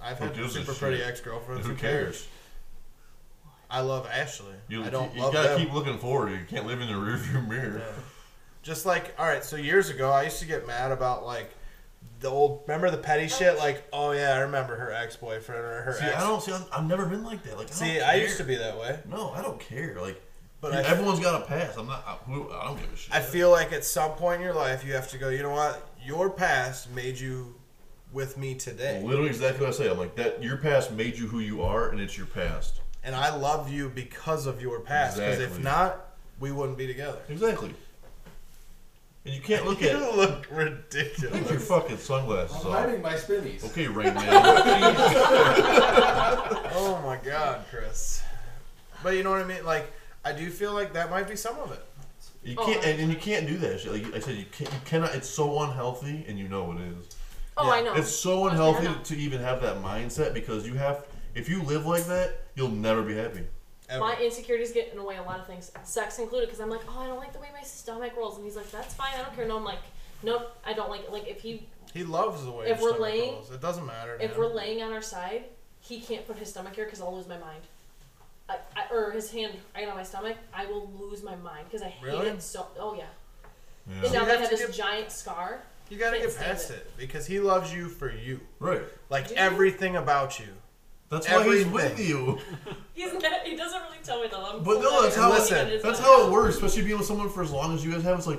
A: I've
C: Who
A: had
C: gives a
A: super pretty
C: shit?
A: ex girlfriends.
C: Who cares?
A: I love Ashley.
C: You,
A: I don't
C: you
A: love
C: gotta
A: them.
C: keep looking forward. You can't live in the rearview mirror.
A: Yeah. Just like all right, so years ago, I used to get mad about like the old remember the petty shit. Like oh yeah, I remember her ex boyfriend or her
C: See,
A: ex.
C: I don't see. I'm, I've never been like that. Like, I
A: see,
C: don't
A: I
C: care.
A: used to be that way,
C: No, I don't care. Like,
A: but
C: dude,
A: I
C: everyone's got a past. I'm not. I, who, I don't give a shit.
A: I feel like at some point in your life, you have to go. You know what? Your past made you with me today,
C: literally exactly what I say. I'm like that. Your past made you who you are, and it's your past.
A: and I love you because of your past. Because if
C: Exactly.
A: not, we wouldn't be together.
C: Exactly. And you can't look
A: You
C: at.
A: look
C: Get your
A: ridiculous.
C: fucking sunglasses
E: I'm
C: off.
E: hiding my spinnies.
C: Okay, Rain Man.
A: oh my god, Chris. But you know what I mean? Like, I do feel like that might be some of it.
C: You
D: Oh,
C: can't,
D: I-
C: and, and you can't do that shit. Like I said, you can't. You cannot. It's so unhealthy, and you know it is.
D: Oh,
A: Yeah,
D: I know.
C: It's so
D: Trust me, I
C: unhealthy
D: know.
C: to even have that mindset because you have. If you live like that, you'll never be happy.
A: Ever.
D: My insecurities get in the way of a lot of things, sex included, because I'm like, oh, I don't like the way my stomach rolls, and he's like, that's fine, I don't care. No, I'm like, nope, I don't like it. Like if he,
A: he loves the way.
D: If
A: your
D: we're
A: stomach
D: laying-
A: rolls. it doesn't matter. to
D: if
A: him.
D: we're laying on our side, he can't put his stomach here because I'll lose my mind. I, I, or his hand right on my stomach, I will lose my mind because I hate
A: Really?
D: it so. Oh yeah.
C: Yeah.
D: And
A: So
D: now
A: you
D: I
A: have
D: have
A: to
D: this
A: give-
D: giant scar.
A: you gotta
D: can't
A: get
D: stand
A: past
D: it.
A: it because he loves you for you,
C: Right.
A: like
D: Do you?
A: everything about you.
C: That's why he's with
A: Everything.
C: you.
D: He's not, he doesn't really tell me though. I'm
C: But no, that's
D: I'm
C: how-
D: looking at
A: listen,
D: his
C: That's
D: stomach.
C: how it works, especially being with someone for as long as you guys have. It's like,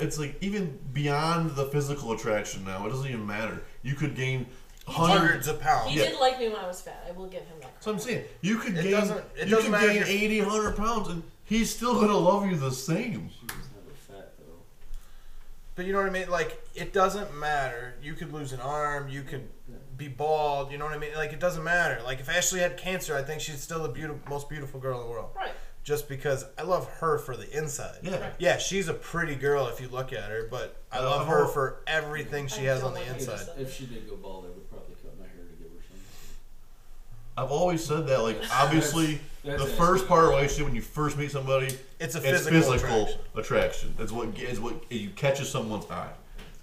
C: it's like even beyond the physical attraction now. It doesn't even matter. You could gain hundreds.
A: Hundreds of pounds.
D: He
C: Yeah.
D: did like me when I was fat. I will give him that.
C: That's what I'm saying. You could
A: It
C: gain.
A: doesn't- it
C: you
A: doesn't
C: could
A: matter if
C: gain
A: you're-
C: 80, 100 pounds, and he's still gonna love you the same.
E: She was never fat though.
A: But you know what I mean? Like, it doesn't matter. You could lose an arm. You could be bald. You know what I mean? Like, it doesn't matter. Like, if Ashley had cancer, I think she's still the beautiful, most beautiful girl in the world.
D: Right.
A: Just because I love her for the inside.
C: Yeah.
A: Yeah, she's a pretty girl if you look at her, but I
C: Uh,
A: love
C: I'm
A: her
C: all-
A: for everything she has on the
D: don't like
A: inside.
D: her.
E: If she did go bald, I would probably cut my hair to give her some.
C: I've always said that. Like, obviously,
E: That's
C: the
E: an
C: first
E: estimate.
C: part of a relationship when you first meet somebody,
A: It's a
C: it's
A: physical,
C: physical,
A: attraction.
C: attraction. That's what is what you catches someone's eye,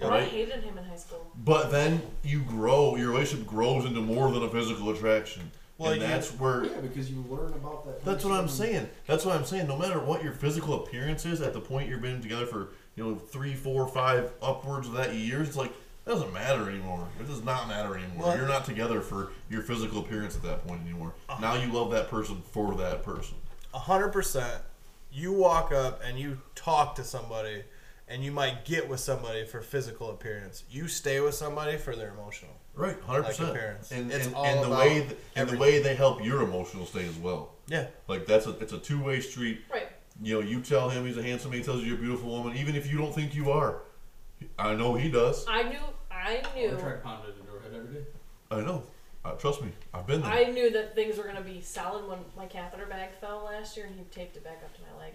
D: Oh, I
C: right?
D: hated him in high school.
C: But then you grow. Your relationship grows into more than a physical attraction.
A: Well,
C: and
A: you-
C: that's where
E: Yeah, because you learn about that.
C: That's what I'm
E: person.
C: saying. That's what I'm saying. No matter what your physical appearance is, at the point you've been together for you know three, four, five, upwards of that years, it's like it doesn't matter anymore. It does not matter anymore.
A: Well-
C: You're not together for your physical appearance at that point anymore.
A: Uh-huh.
C: Now you love that person for that person.
A: A hundred percent. You walk up and you talk to somebody, and you might get with somebody for physical appearance. You stay with somebody for their emotional.
C: Right, hundred
A: Like
C: percent.
A: appearance.
C: And
A: It's
C: and,
A: all
C: and the
A: about
C: way th- and the
A: everything.
C: way they help your emotional state as well.
A: Yeah.
C: Like that's a it's a two way street.
D: Right.
C: You know, you tell him he's a handsome, he tells you you're a beautiful woman, even if you don't think you are. I know he does.
D: I knew. I
E: I
D: knew.
E: try to pound it into her head every day.
C: I know. Uh, trust me, I've been there.
D: I knew that things were gonna be solid when my catheter bag fell last year, and he taped it back up to my leg.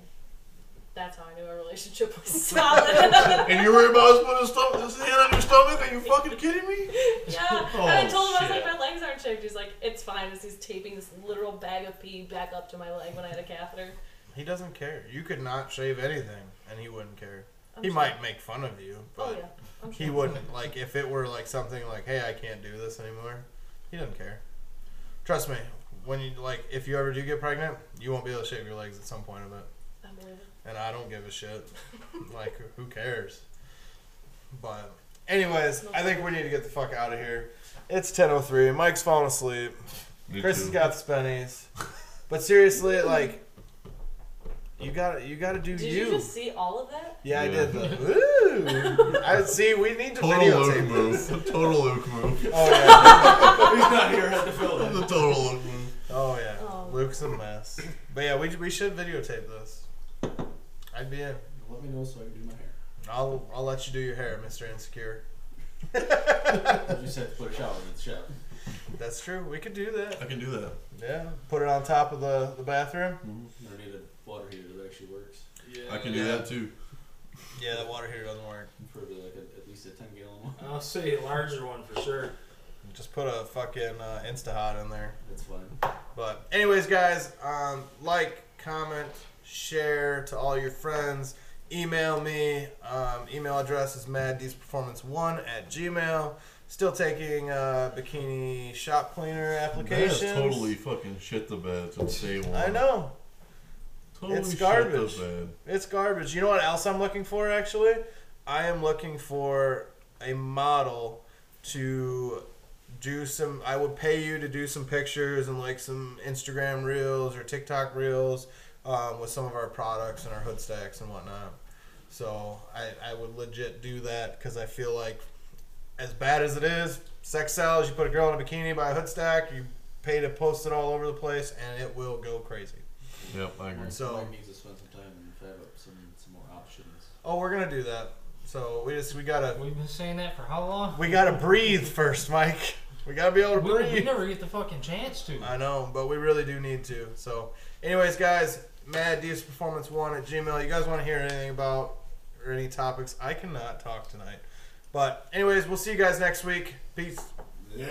D: That's how I knew our relationship was solid.
C: and you worry about us putting stomach, this hand on your stomach? Are you fucking kidding me?
D: yeah, and I
C: Oh,
D: told him I was like,
C: shit.
D: my legs aren't shaped. He's like, it's fine. As he's taping this literal bag of pee back up to my leg when I had a catheter.
A: He doesn't care. You could not shave anything, and he wouldn't care.
D: I'm
A: he
D: sure.
A: might make fun of you, but
D: Oh yeah, I'm sure.
A: he wouldn't. Like if it were like something like, "Hey, I can't do this anymore," he doesn't care. Trust me. When you like, if you ever do get pregnant, you won't be able to shave your legs at some point of it,
D: Unbelievable.
A: and I don't give a shit. like, who cares? But, anyways, I think we need to get the fuck out of here. It's ten oh three. Mike's falling asleep. Chris has got the spennies. But seriously, like you gotta you gotta do
D: Did
A: you.
D: you. just see all of that?
A: yeah, I
C: Yeah.
A: did the Ooh. I see we need to
C: Total Luke
A: videotape
C: move.
A: this.
C: Total Luke move.
A: Oh yeah.
E: He's not here. I had to fill that.
C: The total Luke move.
A: Oh yeah.
D: Oh.
A: Luke's a mess. But yeah, we we should videotape this. I'd be in.
E: Let me know so I can do my hair.
A: I'll I'll let you do your hair, Mr. Insecure.
E: I just had to put a shower in the shower.
A: That's true. We could do that.
C: I can do that.
A: Yeah. Put it on top of the, the bathroom.
E: Underneath a water heater that actually works.
B: Yeah.
C: I can do that too.
A: Yeah, the water heater doesn't work.
E: For like a, at least a 10 gallon one.
B: I'll say a larger one for sure.
A: Just put a fucking uh, Instahot in there.
E: That's fine.
A: But anyways, guys, um, like, comment, share to all your friends. Email me. Um, email address is maddsperformance1 at gmail. Still taking uh, bikini shop cleaner applications.
C: That totally fucking shit the bed since day one.
A: I know
C: Totally
A: It's
C: shit
A: garbage.
C: the bed.
A: it's garbage. You know what else I'm looking for? Actually, I am looking for a model to do some. I would pay you to do some pictures and like some Instagram reels or TikTok reels um, with some of our products and our hood stacks and whatnot. So I, I would legit do that because I feel like as bad as it is, sex sells. You put a girl in a bikini by a hood stack, you pay to post it all over the place, and it will go crazy.
C: Yep, I agree.
A: So-
E: Mike needs to spend some time and fab up some, some more options.
A: Oh, we're gonna do that. So we just we gotta
B: We've been saying that for how long?
A: we gotta breathe first, Mike. We gotta be able to
B: We, we
A: breathe.
B: never get the fucking chance to.
A: I know, but we really do need to. So, anyways, guys, Mad D's Performance One at Gmail. You guys want to hear anything about or any topics? I cannot talk tonight. But anyways, we'll see you guys next week. Peace.
G: Yeah.